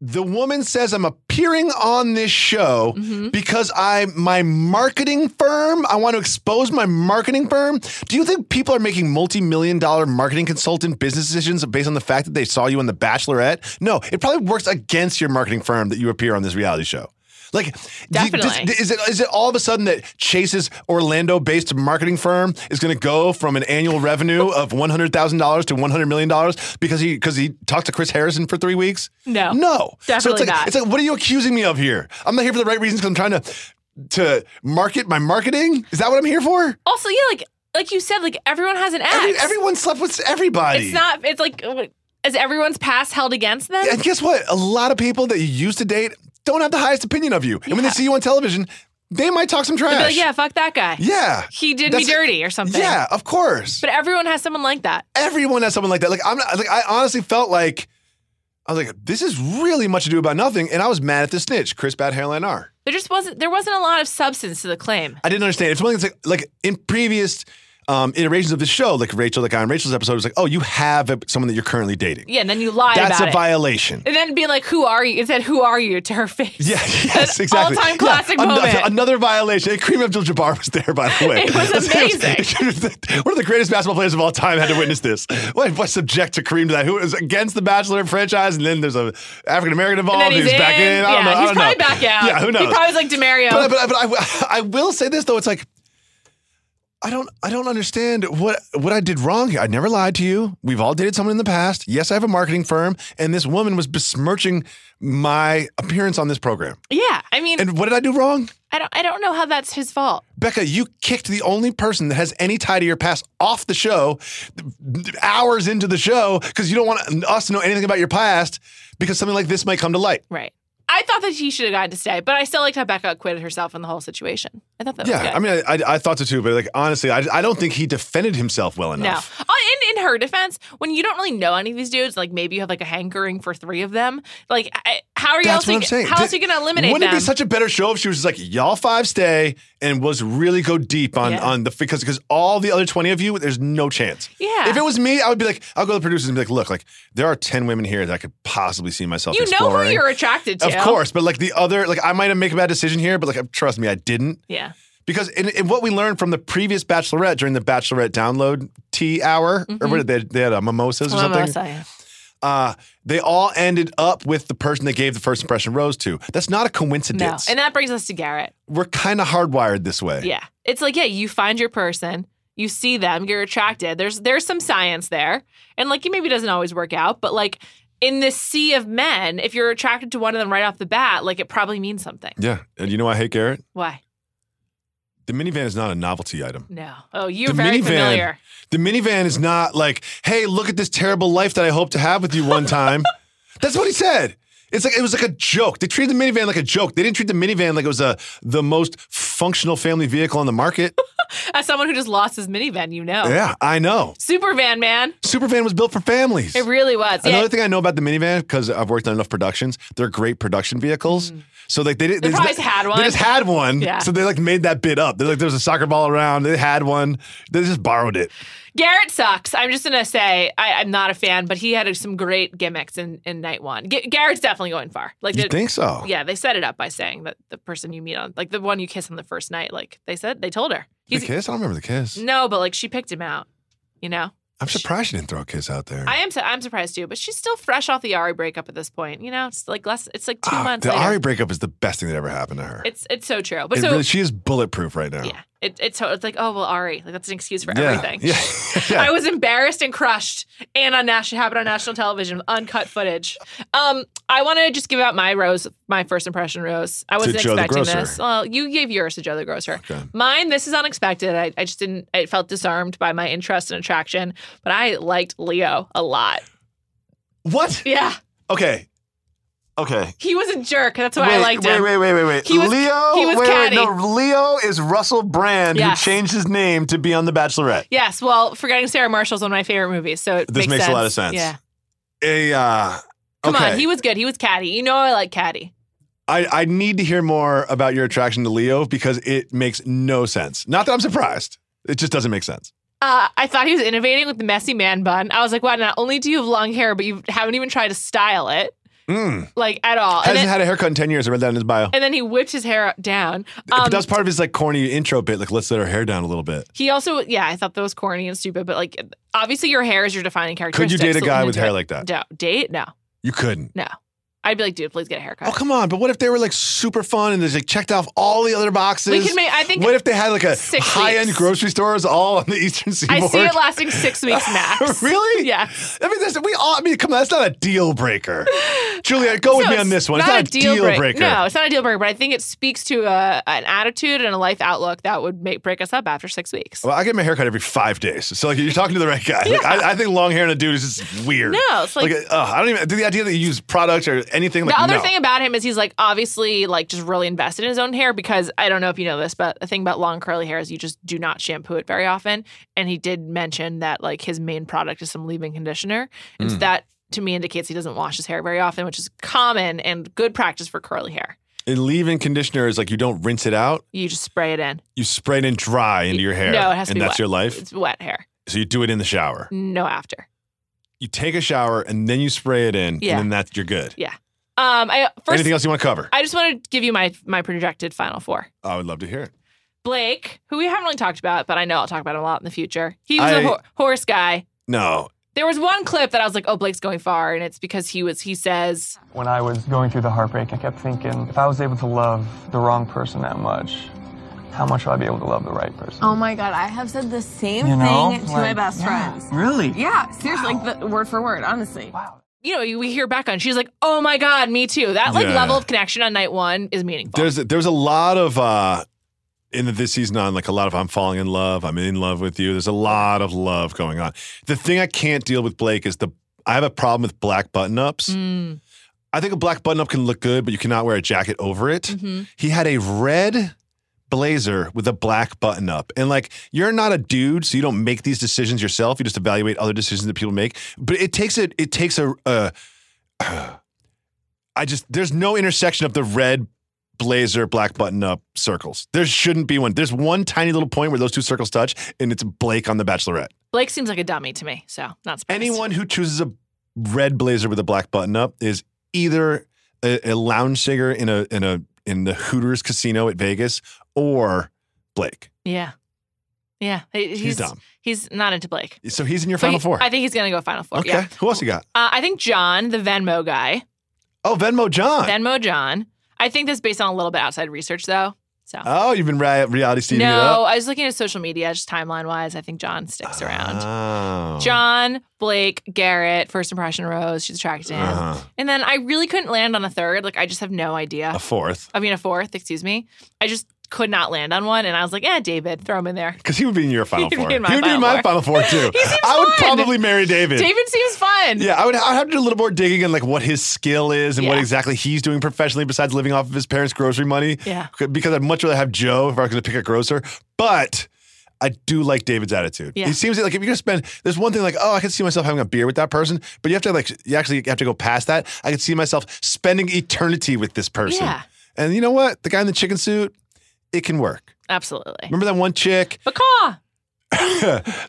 C: The woman says I'm appearing on this show because I my marketing firm, I want to expose my marketing firm. Do you think people are making multi-million dollar marketing consultant business decisions based on the fact that they saw you on The Bachelorette? No, it probably works against your marketing firm that you appear on this reality show. Like, do you- does-
A: Definitely.
C: is it is it all of a sudden that Chase's Orlando based marketing firm is going to go from an annual revenue of one hundred thousand dollars to one hundred million dollars because he because he talked to Chris Harrison for three weeks?
A: No.
C: no, so it's
A: Definitely
C: like
A: not.
C: it's like what are you accusing me of here? I'm not here for the right reasons because I'm trying to to market my marketing. Is that what I'm here for?
A: Also, yeah, like, like you said, like everyone has an ex.
C: Every, everyone slept with everybody.
A: It's not, it's like, is everyone's past held against them?
C: And guess what? A lot of people that you used to date don't have the highest opinion of you. And when they
A: Yeah.
C: see you on television, they might talk some trash.
A: Be like, yeah, fuck that guy.
C: Yeah.
A: He did
C: That's-
A: me dirty or something.
C: Yeah, of course.
A: But everyone has someone like that.
C: everyone has someone like that. Like I'm not, like I honestly felt like I was like, this is really much ado about nothing, and I was mad at the snitch, Chris Bad Hairline R.
A: There just wasn't there wasn't a lot of substance to the claim.
C: I didn't understand. It's something that's like, like in previous um, iterations of this show, like Rachel, the guy on Rachel's episode was like, oh, you have a, someone that you're currently dating.
A: Yeah, and then you lie
C: That's
A: about
C: a
A: it.
C: violation.
A: and then being like, "Who are you?" It said, "Who are you?" to her face.
C: Yeah, yes,
A: An
C: exactly.
A: all-time
C: Yeah,
A: classic
C: ano-
A: moment.
C: Another violation. And Kareem Abdul-Jabbar was there, by the way.
A: It was
C: amazing. One of the greatest basketball players of all time had to witness this. What was subject to Kareem to that? Who was against the Bachelor franchise? And then there's a African American involved.
A: And then he's, in.
C: back in. I
A: yeah,
C: don't know. I
A: he's
C: don't
A: probably
C: know.
A: back out.
C: Yeah, who knows?
A: He probably was like Demario.
C: But, but, but I, I will say this though, it's like I don't I don't understand what what I did wrong here. I never lied to you. We've all dated someone in the past. Yes, I have a marketing firm, and this woman was besmirching my appearance on this program.
A: yeah, I mean,
C: And what did I do wrong?
A: I don't, I don't know how that's his fault.
C: Becca, you kicked the only person that has any tie to your past off the show hours into the show because you don't want us to know anything about your past because something like this might come to light.
A: Right. I thought that he should have gotten to stay, but I still liked how Becca acquitted herself in the whole situation. I thought that was
C: Yeah,
A: good.
C: I mean, I, I, I thought so too, but like honestly, I, I don't think he defended himself well
A: No.
C: enough.
A: Uh, In, in her defense, when you don't really know any of these dudes, like maybe you have like a hankering for three of them, like I, how are you
C: That's
A: else?
C: what I'm saying.
A: How
C: Did-
A: else are you going to eliminate
C: Wouldn't it
A: them?
C: be such a better show if she was just like, y'all five stay and was really go deep on
A: Yeah.
C: on the because because all the other twenty of you, there's no chance.
A: Yeah.
C: If it was me, I would be like, I'll go to the producers and be like, look, like there are ten women here that I could possibly see myself.
A: you know who
C: exploring.
A: you're attracted to.
C: Of course, but like the other, like I might have made a bad decision here, but like trust me, I didn't.
A: Yeah.
C: Because in, in what we learned from the previous Bachelorette during the Bachelorette download tea hour,
A: Mm-hmm.
C: or what did they, they had uh, mimosas or something.
A: Mimosa, yeah.
C: Uh, they all ended up with the person they gave the first impression rose to. That's not a
A: No.
C: coincidence.
A: And that brings us to Garrett.
C: We're kind of hardwired this way.
A: Yeah. It's like, yeah, you find your person, you see them, you're attracted. There's there's some science there. And like it maybe doesn't always work out, but like in this sea of men, if you're attracted to one of them right off the bat, like it probably means something.
C: Yeah. And you know why I hate Garrett?
A: Why?
C: The minivan is not a novelty item.
A: No. Oh, you're
C: The
A: very
C: minivan.
A: familiar.
C: The minivan is not like, hey, look at this terrible life that I hope to have with you one time. That's what he said. It's like it was like a joke. They treated the minivan like a joke. They didn't treat the minivan like it was a the most functional family vehicle on the market.
A: As someone who just lost his minivan, you know.
C: Yeah, I know.
A: Supervan, man.
C: Supervan was built for families.
A: It really was. Yeah.
C: Another thing I know about the minivan because I've worked on enough productions, they're great production vehicles. So like they didn't.
A: Mm. They probably just had
C: They
A: one.
C: just had one.
A: Yeah.
C: So they like made that bit up. They're like there was a soccer ball around. They had one. They just borrowed it.
A: Garrett sucks. I'm just gonna say I, I'm not a fan, but he had some great gimmicks in, in night one. Ga- Garrett's definitely going far. Like
C: You
A: the-
C: think so?
A: Yeah, they set it up by saying that the person you meet on, like the one you kiss on the first night, like they said, they told her.
C: The kiss? I don't remember the kiss.
A: No, but like she picked him out, you know?
C: I'm surprised she didn't throw a kiss out there.
A: I am su- I'm surprised too, but she's still fresh off the Ari breakup at this point, you know? It's like less, it's like two
C: Ah,
A: months
C: the
A: later.
C: Ari breakup is the best thing that ever happened to her.
A: it's it's so true. But
C: It
A: so,
C: really, she is bulletproof right now.
A: yeah, it, it's, so- it's like, oh, well, Ari, like that's an excuse for
C: Yeah.
A: everything.
C: Yeah. Yeah.
A: I was embarrassed and crushed, and on national happened on national television, with uncut footage. Um, I want to just give out my rose, my first impression rose. I wasn't
C: Joe the
A: expecting
C: Grocer.
A: this. Well, you gave yours to Joe the Grocer. Mine, this is unexpected. I, I just didn't. I felt disarmed by my interest and attraction, but I liked Leo a lot.
C: What?
A: Yeah,
C: Okay. Okay.
A: he was a jerk. That's why I liked
C: wait,
A: him.
C: Wait, wait, wait, wait.
A: He was-
C: Leo.
A: he was
C: wait, wait,
A: catty.
C: no, Leo is Russell Brand
A: Yes.
C: who changed his name to be on The Bachelorette.
A: Yes, well, forgetting Sarah Marshall's one of my favorite movies, so it
C: This makes, a lot of sense.
A: Yeah,
C: A, uh,
A: come
C: okay.
A: on, he was good. He was catty. You know, I like catty.
C: I, I need to hear more about your attraction to Leo because it makes no sense. Not that I'm surprised. It just doesn't make sense.
A: Uh, I thought he was innovating with the messy man bun. I was like, wow, not only do you have long hair, but you haven't even tried to style it,
C: Mm.
A: like at all. And
C: Hasn't
A: then,
C: had a haircut in 10 years. I read that in his bio.
A: and um, then he whipped his hair down.
C: but that's part of his like corny intro bit. Like, let's let our hair down a little bit.
A: He also, yeah, I thought that was corny and stupid, but like, obviously your hair is your defining character.
C: Could you date a guy with hair like that?
A: No. Date? No.
C: You couldn't.
A: No. I'd be like, dude, please get a haircut.
C: Oh, come on. But what if they were like super fun and they like checked off all the other boxes?
A: We could make- I think
C: What if they had like a
A: six
C: high end
A: weeks.
C: grocery stores all on the Eastern Seaboard?
A: I see it lasting six weeks max.
C: really?
A: Yeah.
C: I mean, that's, we all. I mean, come on, that's not a deal breaker. Juliet, go with
A: No,
C: me on
A: it's
C: this one. It's not a deal,
A: break-
C: breaker.
A: No, it's not a deal breaker, but I think it speaks to a, an attitude and a life outlook that would make break us up after six weeks.
C: Well, I get my haircut every five days, so like you're talking to the right guy. Like, I, I think long hair and a dude is just weird.
A: No, it's like-
C: uh, I don't even. The idea that you use products or anything like
A: the other
C: no.
A: thing about him is he's like obviously like just really invested in his own hair because I don't know if you know this, but the thing about long curly hair is you just do not shampoo it very often. And he did mention that like his main product is some leave-in conditioner, and so
C: Hmm.
A: that to me indicates he doesn't wash his hair very often, which is common and good practice for curly hair.
C: And leave-in conditioner is like you don't rinse it out;
A: You just spray it in.
C: you spray it in dry into your hair.
A: No, it has to
C: and
A: be
C: that's
A: wet.
C: your life.
A: It's wet hair.
C: So you do it in the shower.
A: No after.
C: You take a shower and then you spray it in,
A: Yeah.
C: and then that you're good.
A: Um, I first
C: Anything else you want to cover?
A: I just want to give you my my projected final four.
C: I, would love to hear it.
A: Blake, who we haven't really talked about, but I know I'll talk about him a lot in the future. He was
C: I-
A: a ho- horse guy.
C: No,
A: There was one clip that I was like, "Oh, Blake's going far," and it's because he was. He says,
H: When I was going through the heartbreak, I kept thinking if I was able to love the wrong person that much, how much would I be able to love the right person?
I: Oh my god, I have said the same
H: You know,
I: thing to my
H: like,
I: best
H: yeah,
I: friends.
H: Really?
I: Yeah, seriously, like the word for word, honestly.
A: "You know, we hear back on." She's like, "Oh my god, me too." That like
C: Yeah.
A: level of connection on night one is meaningful.
C: there's there's a lot of uh in the, this season on like a lot of I'm falling in love, I'm in love with you. There's a lot of love going on. The thing I can't deal with Blake is the I have a problem with black button ups.
A: Mm,
C: I think a black button up can look good, but you cannot wear a jacket over it.
A: mhm.
C: He had a red blazer with a black button up. And like, you're not a dude, so you don't make these decisions yourself. You just evaluate other decisions that people make. But it takes a, it takes a, uh, I just, there's no intersection of the red blazer, black button up circles. There shouldn't be one. There's one tiny little point where those two circles touch, and it's Blake on The Bachelorette.
A: Blake seems like a dummy to me, so not surprised.
C: Anyone who chooses a red blazer with a black button up is either a, a lounge singer in a in a in the Hooters casino at Vegas or Blake.
A: Yeah, yeah. He- He's
C: He's, dumb.
A: He's not into Blake.
C: So he's in your
A: But
C: final
A: he-
C: four.
A: I think he's gonna go final four.
C: okay.
A: Yeah.
C: Who else you got?
A: Uh, I think John, the Venmo guy,
C: Oh, Venmo John.
A: Venmo John. I think that's based on a little bit outside research, though. So
C: oh, you've been rea- reality Stevie it
A: no,
C: up. Ah,
A: I was looking at social media, just timeline wise. I think John sticks around.
C: Oh.
A: John, Blake, Garrett, first impression Rose. She's attracted to him,
C: Uh-huh.
A: and then I really couldn't land on a third. Like I just have no idea.
C: A fourth.
A: I mean, a fourth. Excuse me. I just could not land on one, and I was like, yeah, David, throw him in there.
C: Because he would be in your final
A: He'd be
C: four.
A: in my
C: he would be in
A: final
C: my
A: four.
C: final four too.
A: He seems
C: I would
A: fun.
C: probably marry David.
A: David seems fun.
C: Yeah, I would I'd have to do a little more digging on like what his skill is and what
A: Yeah.
C: exactly he's doing professionally besides living off of his parents' grocery money.
A: Yeah.
C: Because I'd much rather have Joe if I was going to pick a grocer. But I do like David's attitude.
A: Yeah.
C: It seems like if you're going to spend, there's one thing like, oh, I could see myself having a beer with that person, but you have to like, you actually have to go past that. I could see myself spending eternity with this person.
A: Yeah.
C: And you know what? The guy in the chicken suit, it can work.
A: Absolutely.
C: Remember that one chick,
A: Bacaw.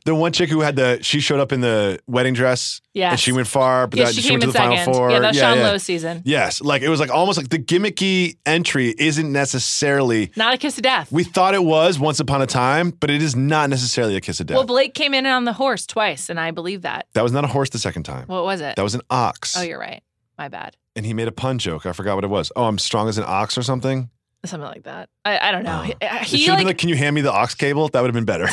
C: the one chick who had the, she showed up in the wedding dress
A: Yes.
C: and she went far, but
A: yeah,
C: that,
A: she,
C: she,
A: came
C: went to
A: in
C: the
A: second.
C: final four.
A: Yeah, that's Sean Lowe's season.
C: Yes, like it was like almost like the gimmicky entry isn't necessarily.
A: Not a kiss of death.
C: We thought it was once upon a time, but it is not necessarily a kiss of death.
A: Well, Blake came in on the horse twice, and I believe that.
C: that was not a horse the second time.
A: What was it?
C: that was an ox.
A: oh, you're right. My bad.
C: and he made a pun joke. I forgot what it was. Oh, I'm strong as an ox or something.
A: Something like that. I, I don't know.
C: Oh.
A: He- uh,
C: It
A: He,
C: should have
A: like,
C: been like, can you hand me the ox cable? That would have been better.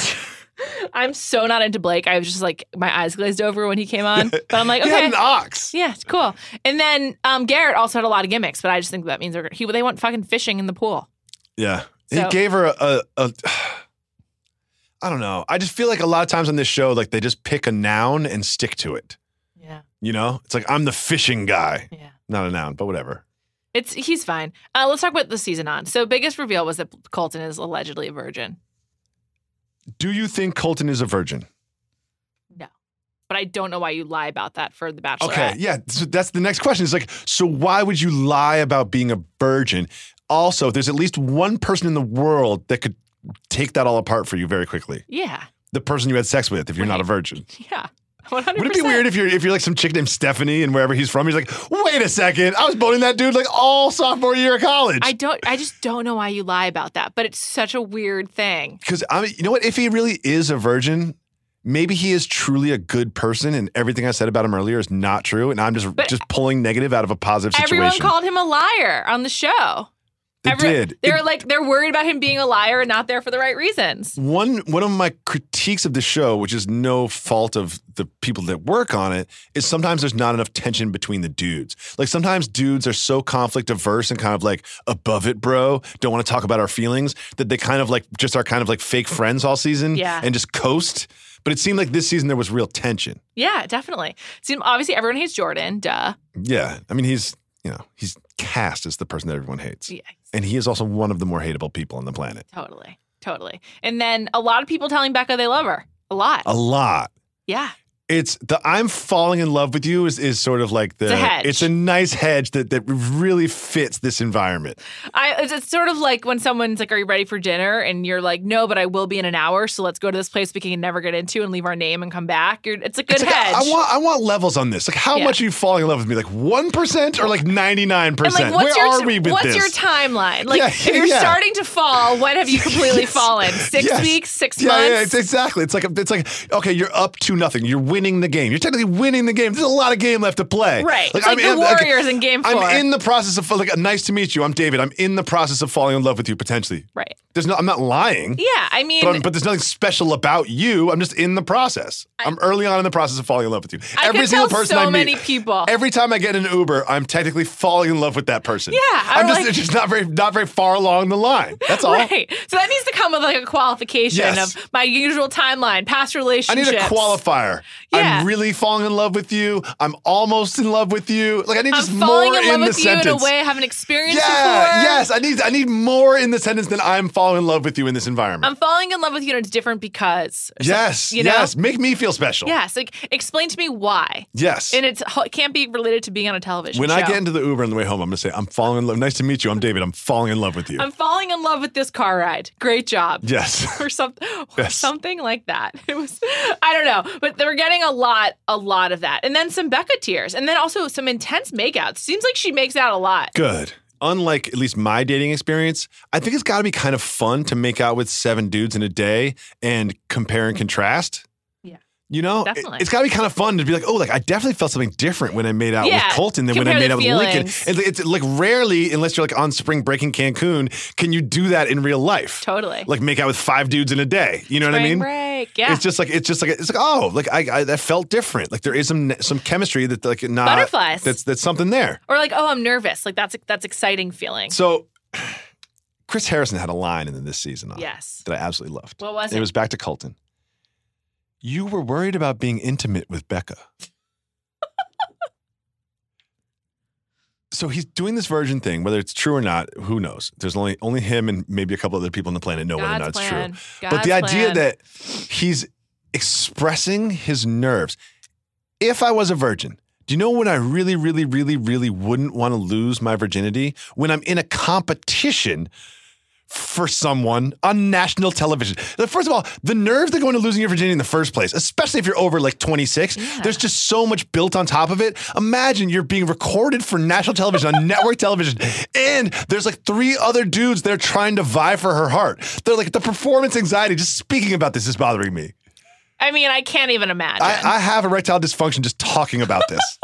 A: I'm so not into Blake. I was just like, my eyes glazed over when he came on. But I'm like,
C: he had
A: okay.
C: an ox.
A: Yeah, it's cool. And then um, Garrett also had a lot of gimmicks, but I just think that means they're, he, they went fucking fishing in the pool.
C: Yeah.
A: So-
C: he gave her a, a, a I don't know. I just feel like a lot of times on this show, like they just pick a noun and stick to it.
A: Yeah.
C: You know, it's like I'm the fishing guy.
A: Yeah.
C: Not a noun, but whatever.
A: It's he's fine. Uh, let's talk about the season on. So biggest reveal was that Colton is allegedly a virgin,
C: Do you think Colton is a virgin?
A: but I don't know why you lie about that for the Bachelor.
C: Okay, yeah. So that's the next question. It's like, so why would you lie about being a virgin? Also, there's at least one person in the world that could take that all apart for you very quickly.
A: Yeah.
C: The person you had sex with, if you're not a virgin.
A: Yeah. 100%.
C: Would it be weird if you're if you're like some chick named Stephanie and wherever he's from, he's like, wait a second, I was boning that dude like all sophomore year of college.
A: I don't. I just don't know why you lie about that. But it's such a weird thing.
C: Because I mean, you know what? If he really is a virgin, maybe he is truly a good person, and everything I said about him earlier is not true, and I'm just
A: But-
C: just pulling negative out of a positive situation.
A: Everyone called him a liar on the show.
C: They
A: Every-
C: did.
A: They
C: It-
A: were like they're worried about him being a liar and not there for the right reasons.
C: one one of my critiques of the show, which is no fault of the people that work on it, is sometimes there's not enough tension between the dudes. Like sometimes dudes are so conflict averse and kind of like above it, bro. Don't want to talk about our feelings that they kind of like just are kind of like fake friends all season
A: Yeah.
C: and just coast. But it seemed like this season there was real tension.
A: Yeah, definitely. See, obviously everyone hates Jordan. Duh.
C: Yeah, I mean he's you know, he's cast as the person that everyone hates.
A: Yeah.
C: And he is also one of the more hateable people on the planet.
A: Totally. Totally. And then a lot of people telling Becca they love her. A lot.
C: A lot.
A: yeah.
C: It's the I'm falling in love with you is, is sort of like the
A: It's a hedge.
C: it's a nice hedge that, that really fits this environment.
A: I it's, it's sort of like when someone's like, "Are you ready for dinner?" and you're like, "No, but I will be in an hour, so let's go to this place we can never get into and leave our name and come back." You're, it's a good
C: It's like, I,
A: hedge.
C: I want I want levels on this. Like how
A: Yeah.
C: much are you falling in love with me? Like one percent or like ninety nine
A: and
C: percent?
A: like,
C: Where
A: what's your
C: are we with
A: what's
C: this?
A: your timeline? Like,
C: Yeah,
A: if you're
C: yeah.
A: starting to fall, when have you completely
C: Yes.
A: fallen? Six
C: Yes.
A: weeks, six
C: yeah,
A: months.
C: Yeah, it's exactly. It's like it's like okay, you're up to nothing. You're winning the game. You're technically winning the game. There's a lot of game left to play.
A: Right. It's like the Warriors in game four.
C: I'm in the process of like nice to meet you. I'm David. I'm in the process of falling in love with you potentially.
A: right.
C: There's no. I'm not lying.
A: Yeah, I mean,
C: But, I'm- but there's nothing special about you. I'm just in the process. I, am early on in the process of falling in love with you.
A: I
C: every
A: could
C: single
A: tell
C: person
A: so
C: I meet,
A: many people.
C: Every time I get in an Uber, I'm technically falling in love with that person. Yeah,
A: I'm
C: I'm just
A: like-
C: it's just not very not very far along the line. That's all.
A: Right. So that needs to come with like a qualification
C: Oh. Yes.
A: of my usual timeline, past
C: I
A: relationships.
C: need a qualifier.
A: Yeah.
C: I'm really falling in love with you. I'm almost in love with you. Like I need
A: I'm
C: just
A: falling
C: more
A: in love
C: the
A: with
C: sentence.
A: you in a way I haven't experienced
C: yeah,
A: before.
C: yes. I need I need more in the sentence than I'm falling in love with you in this environment.
A: I'm falling in love with you and it's different because. or
C: yes,
A: something, you know?
C: yes. Make me feel special.
A: Yes. Like, explain to me why.
C: Yes.
A: And it's, it can't be related to being on a television
C: when
A: show.
C: I get into the Uber on the way home, I'm gonna say, I'm falling in love. Nice to meet you. I'm David. I'm falling in love with you.
A: I'm falling in love with this car ride. Great job.
C: yes.
A: or something or
C: Yes.
A: something like that. It was I don't know, but they were getting a lot a lot of that. And then some Becca tears and then also some intense makeouts. Seems like she makes out a lot.
C: Good. Unlike at least my dating experience, I think it's got to be kind of fun to make out with seven dudes in a day and compare and contrast.
A: Yeah.
C: You know,
A: Definitely.
C: It, has got to be kind of fun to be like, oh, like I definitely felt something different when I made out
A: Yeah.
C: with Colton than when I
A: Compare
C: made
A: the
C: out with Lincoln.
A: feelings.
C: And it's like rarely, unless you're like on spring break in Cancun, can you do that in real life?
A: Totally.
C: Like make out with five dudes in a day. You know what I
A: Spring
C: mean?
A: break. Yeah.
C: It's just like it's just like it's like oh like I, I that felt different like there is some some chemistry that like not
A: Butterflies.
C: that's that's something there
A: or like, oh, I'm nervous. Like that's that's exciting feeling.
C: so, Chris Harrison had a line in this season on it
A: yes.
C: that I absolutely loved.
A: What was
C: And
A: it?
C: It was back to Colton. You were worried about being intimate with Becca. so he's doing this virgin thing, whether it's true or not, who knows? There's only only him and maybe a couple other people on the planet know whether or not
A: God's
C: it's
A: plan.
C: true. but the
A: God's
C: idea
A: plan.
C: that he's expressing his nerves. If I was a virgin, do you know when I really, really, really, really wouldn't want to lose my virginity? When I'm in a competition for someone on national television. Now, First of all, the nerves that go into losing your virginity in the first place, especially if you're over like 26, there's just so much built on top of it. Imagine you're being recorded for national television on network television, and there's like three other dudes that are trying to vie for her heart. They're like the performance anxiety. Just speaking about this is bothering me.
A: I mean, I can't even imagine.
C: I, I have erectile dysfunction just talking about this.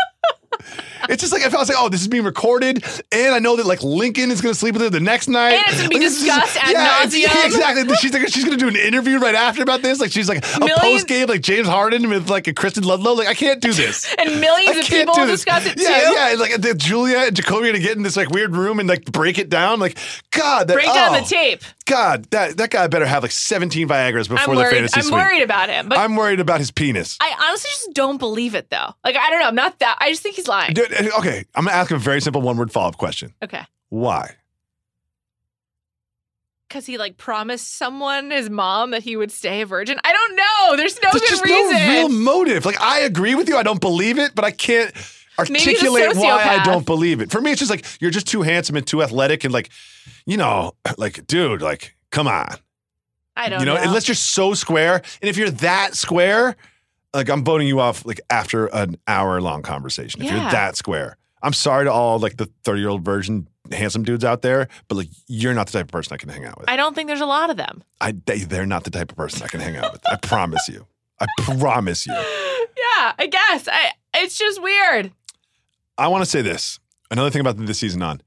C: it's just like if I was like, oh, this is being recorded, and I know that like Lincoln is going to sleep with her the next night,
A: And it's gonna be
C: Like, this is just-
A: discussed ad
C: it's- yeah,
A: nauseam.
C: exactly. She's like, she's going to do an interview right after about this. Like she's like a
A: Million-
C: post game like James Harden with like a Kristen Ludlow. Like I can't do this.
A: and millions
C: I
A: of
C: can't
A: people
C: do this.
A: discuss it
C: yeah,
A: too.
C: Yeah, and, Like the Julia and Jacoby are gonna get in this like weird room and like break it down. Like God, that,
A: Break down
C: oh,
A: the tape.
C: God, that that guy better have like 17 Viagra's
A: I'm
C: before the
A: worried.
C: fantasy
A: I'm
C: suite.
A: worried about him. But
C: I'm worried about his penis.
A: I honestly just don't believe it though. Like I don't know. I'm not that. I just think he's lying.
C: Dude, uh, okay, I'm gonna ask a very simple one word follow up question.
A: okay.
C: Why?
A: Because he like promised someone, his mom, that he would stay a virgin. I don't know. There's no
C: There's
A: good
C: just
A: reason.
C: no real motive. Like I agree with you, I don't believe it, but I can't
A: he's a
C: articulate why I
A: sociopath.
C: don't believe it. For me, it's just like you're just too handsome and too athletic, and like, you know, like, dude, like, come on,
A: I don't
C: you know,
A: know.
C: unless you're so square, and if you're that square, like, I'm voting you off like after an hour long conversation. If
A: Yeah.
C: you're that square, I'm sorry to all like the 30 year old version handsome dudes out there, but like, you're not the type of person I can hang out with.
A: I don't think there's a lot of them.
C: I, they, they're not the type of person I can hang out with. I promise you. I promise you.
A: Yeah, I guess. I it's just weird.
C: I want to say this. Another thing about this season on.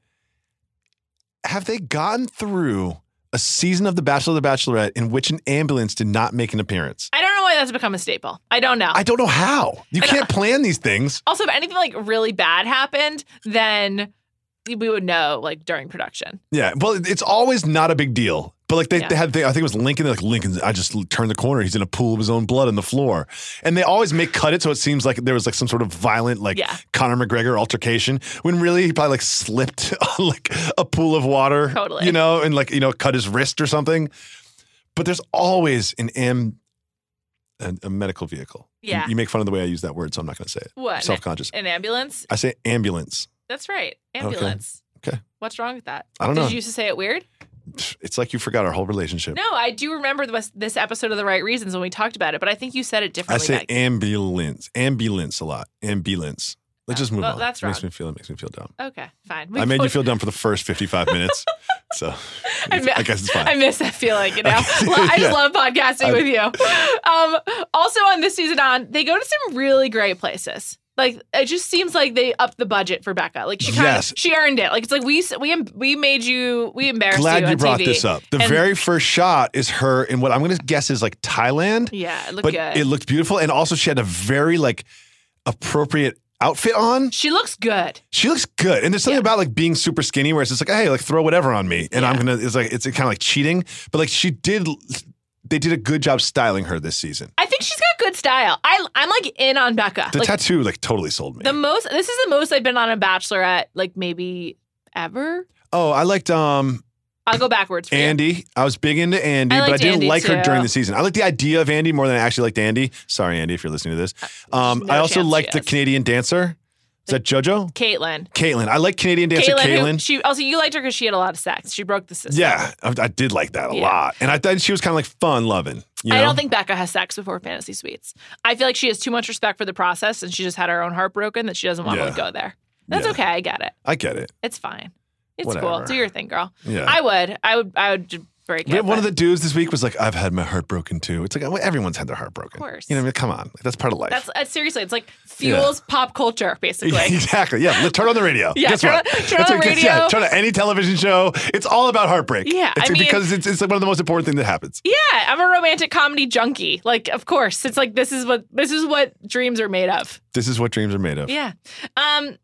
C: Have they gotten through a season of The Bachelor, The Bachelorette in which an ambulance did not make an appearance?
A: I don't know why that's become a staple. I don't know.
C: I don't know how. You can't plan these things.
A: also, if anything like really bad happened, then we would know like during production.
C: Yeah. Well, it's always not a big deal But like they,
A: Yeah.
C: they had, the, I think it was Lincoln. They're like Lincoln, I just l- turned the corner. He's in a pool of his own blood on the floor, and they always make cut it so it seems like there was like some sort of violent like
A: Yeah.
C: Conor McGregor altercation when really he probably like slipped on like a pool of water,
A: Totally.
C: you know, and like you know cut his wrist or something. But there's always an M, a, a medical vehicle. You-
A: Yeah.
C: you, make fun of the way I use that word, so I'm not going to say it.
A: What?
C: Self conscious.
A: An ambulance?
C: I say ambulance.
A: That's right. Ambulance.
C: Okay.
A: What's wrong with that?
C: I don't
A: Did
C: know.
A: you used to say it weird?
C: It's like you forgot our whole relationship.
A: No, I do remember this, this episode of The Right Reasons when we talked about it, but I think you said it
C: I
A: differently.
C: say
A: back-
C: ambulance, ambulance a lot. Ambulance. Let's just
A: Oh,
C: move
A: well,
C: on.
A: that's
C: it makes
A: wrong.
C: me feel. It makes me feel dumb.
A: okay, fine. We
C: I made you
A: both-
C: feel dumb for the first fifty-five minutes, so
A: I, mi-
C: I guess it's fine.
A: I miss that feeling, you know. Well, I just
C: Yeah.
A: love podcasting
C: I-
A: with you. Um, also on this season on, they go to some really great places. Like it just seems like they upped the budget for Becca. Like she kind
C: Yes.
A: of she earned it. Like it's like we s- we em- we made you we embarrassed
C: Glad
A: you.
C: you
A: on
C: brought
A: TV.
C: this up. The
A: And-
C: very first shot is her in what I'm going to guess is like Thailand,
A: Yeah, it looked
C: but
A: good.
C: it looked beautiful, and also she had a very like appropriate outfit on.
A: she looks good.
C: She looks good, and there's something
A: Yeah.
C: about like being super skinny where it's just like, hey, like throw whatever on me, and I'm
A: Yeah.
C: gonna. It's like it's kind of like cheating, but like she did. They did a good job styling her this season.
A: I think she's got good style. I I'm like in on Becca.
C: The
A: Like,
C: tattoo like totally sold me.
A: the most this is the most I've been on a Bachelorette like maybe ever.
C: oh, I liked um
A: I'll go backwards. For you.
C: Andy. I was big into Andy,
A: I
C: but I
A: liked
C: didn't
A: Andy,
C: like her
A: too.
C: during the season. I liked the idea of Andy more than I actually liked Andy. Sorry, Andy, if you're listening to this. Um,
A: Uh, no
C: I also
A: chance she
C: liked the
A: is.
C: Canadian dancer. Is that JoJo?
A: Caitlin.
C: Caitlin. I like Canadian dancer
A: Caitlin, who-
C: Caitlin.
A: she also you liked her because she had a lot of sex. She broke the system.
C: yeah, I, I did like that a
A: Yeah.
C: lot, and I thought she was kind of like fun loving. You know?
A: I don't think Becca has sex before fantasy suites. I feel like she has too much respect for the process and she just had her own heart broken that she doesn't want
C: Yeah.
A: to go there. That's
C: Yeah.
A: okay. I get it.
C: I get it.
A: It's fine. It's cool.
C: Whatever.
A: Do your thing, girl.
C: Yeah.
A: I would. I would. I would ju- break
C: We
A: it.
C: had one of
A: but-
C: the dudes this week was like, "I've had my heart broken too." It's like well, everyone's had their heart broken.
A: course.
C: You know, what I mean, come on, Like, that's part of life.
A: That's uh, seriously. It's like fuels pop culture, basically.
C: exactly. Yeah. let- Turn on the radio.
A: Yeah,
C: Guess
A: turn
C: what?
A: on- turn
C: That's
A: on
C: what-
A: the
C: guess- yeah,
A: radio.
C: turn on any television show. It's all about heartbreak.
A: Yeah,
C: It's
A: I mean-
C: because it's, it's like one of the most important things that happens.
A: yeah, I'm a romantic comedy junkie. Like, of course, it's like this is what this is what dreams are made of.
C: This is what dreams are made of.
A: Yeah. Um,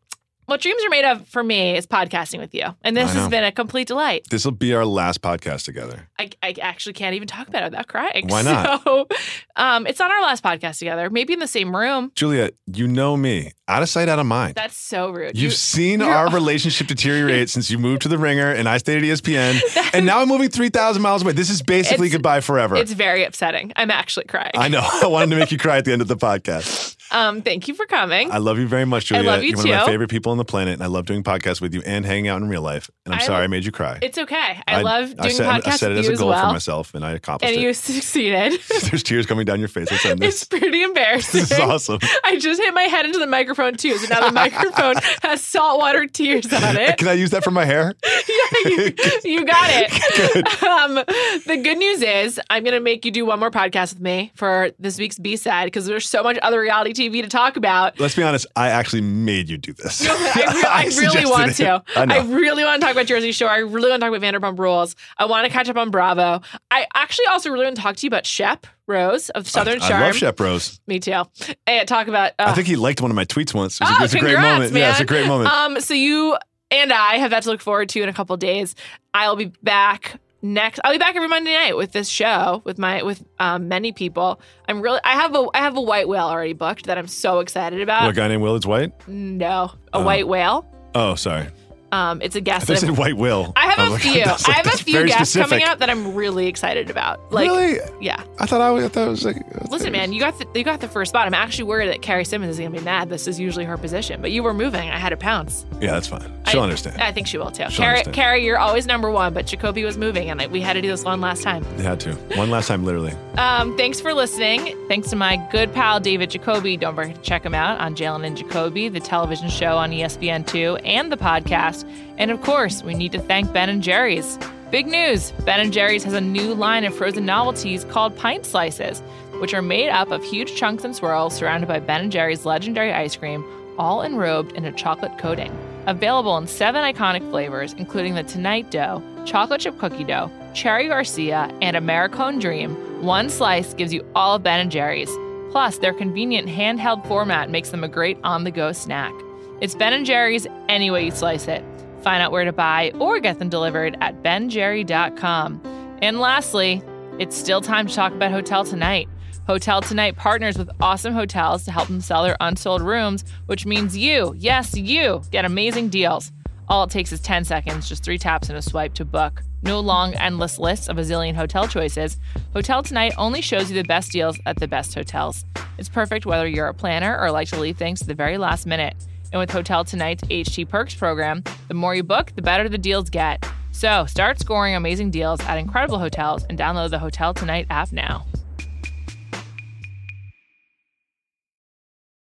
A: what dreams are made of for me is podcasting with you, and this
C: I
A: has
C: know.
A: been a complete delight.
C: This will be our last podcast together.
A: I, I actually can't even talk about it without crying.
C: Why not?
A: So, um, it's on our last podcast together, maybe in the same room.
C: Juliet, you know me. Out of sight, out of mind.
A: That's so rude.
C: You've seen our relationship deteriorate since you moved to the ringer and I stayed at E ESPN. and now I'm moving 3,000 miles away. This is basically
A: It's-
C: goodbye forever.
A: it's very upsetting. I'm actually crying.
C: I know. I wanted to make you cry at the end of the podcast.
A: Um, thank you for coming.
C: I love you very much, Juliet.
A: love you
C: You're one of my
A: too.
C: favorite people on the planet, and I love doing podcasts with you and hanging out in real life. And I'm
A: I-
C: sorry I made you cry.
A: it's okay. I, love doing
C: set,
A: podcasts
C: I set it
A: with
C: as
A: you
C: a goal
A: as well,
C: for myself, and I accomplished
A: and you
C: it.
A: succeeded.
C: There's tears coming down your face. Let's end
A: it's
C: this.
A: pretty embarrassing.
C: This is awesome.
A: I just hit my head into the microphone too, so now the microphone has saltwater tears on it.
C: Can I use that for my hair?
A: Yeah, you, you got it. Um, the good news is I'm going to make you do one more podcast with me for this week's B-side because there's so much other reality TV to talk about.
C: Let's be honest. I actually made you do this.
A: I, re- I really
C: suggested
A: want
C: it.
A: to.
C: I know.
A: really want to talk about Jersey Shore. I really want to talk about Vanderpump Rules. I want to catch up on Bravo. I actually also really want to talk to you about Shep Rose of Southern
C: I,
A: Charm.
C: love Shep Rose.
A: Me too. And talk about. Uh,
C: I think he liked one of my tweets once. It was, a-
A: Oh,
C: it was a great
A: congrats,
C: moment. Yeah, it's a
A: man.
C: great moment.
A: Um, so you and I have that to look forward to in a couple days. I'll be back next. I'll be back every Monday night with this show with my with um, many people. I'm really. I have a I have a white whale already booked that I'm so excited
C: what a
A: about.
C: guy named Willard's White?
A: no, a
C: Oh.
A: white whale.
C: Oh, sorry.
A: Um, it's a
C: I
A: guest.
C: thought you
A: that
C: said
A: I'm-
C: White Will.
A: I have
C: I'm
A: a
C: like,
A: few.
C: that's
A: I
C: like-
A: have a
C: that's
A: few
C: very
A: guests
C: specific.
A: coming up that I'm really excited about. Like,
C: really?
A: yeah.
C: I thought I, was- I thought it was like.
A: Listen, man, you got the, you got the first spot. I'm actually worried that Carrie Simmons is gonna be mad. This is usually her position, but you were moving. I had to pounce.
C: Yeah, that's fine. She'll
A: I-
C: understand.
A: I think she will too.
C: She'll
A: Carrie,
C: understand.
A: Carrie, you're always number one, but Jacoby was moving, and I, we had to do this one last time.
C: You had to. One last time, literally.
A: Um, thanks for listening. Thanks to my good pal David Jacoby. Don't forget to check him out on Jalen and Jacoby, the television show on E ESPN2, and the podcast. And of course, we need to thank Ben and Jerry's. Big news! Ben and Jerry's has a new line of frozen novelties called pint slices, which are made up of huge chunks and swirls surrounded by Ben and Jerry's legendary ice cream, all enrobed in a chocolate coating. Available in seven iconic flavors, including the Tonight Dough, Chocolate Chip Cookie Dough, Cherry Garcia, and Americone Dream. One slice gives you all of Ben and Jerry's. Plus, their convenient handheld format makes them a great on-the-go snack. It's Ben and Jerry's any way you slice it. Find out where to buy or get them delivered at benjerry.com. And lastly, it's still time to talk about Hotel Tonight. Hotel Tonight partners with awesome hotels to help them sell their unsold rooms, which means you, yes, you, get amazing deals. All it takes is 10 seconds, just three taps and a swipe to book. No long, endless lists of a zillion hotel choices. Hotel Tonight only shows you the best deals at the best hotels. It's perfect whether you're a planner or like to leave things to the very last minute. And with Hotel Tonight's HT Perks program, the more you book, the better the deals get. So start scoring amazing deals at incredible hotels and download the Hotel Tonight app now.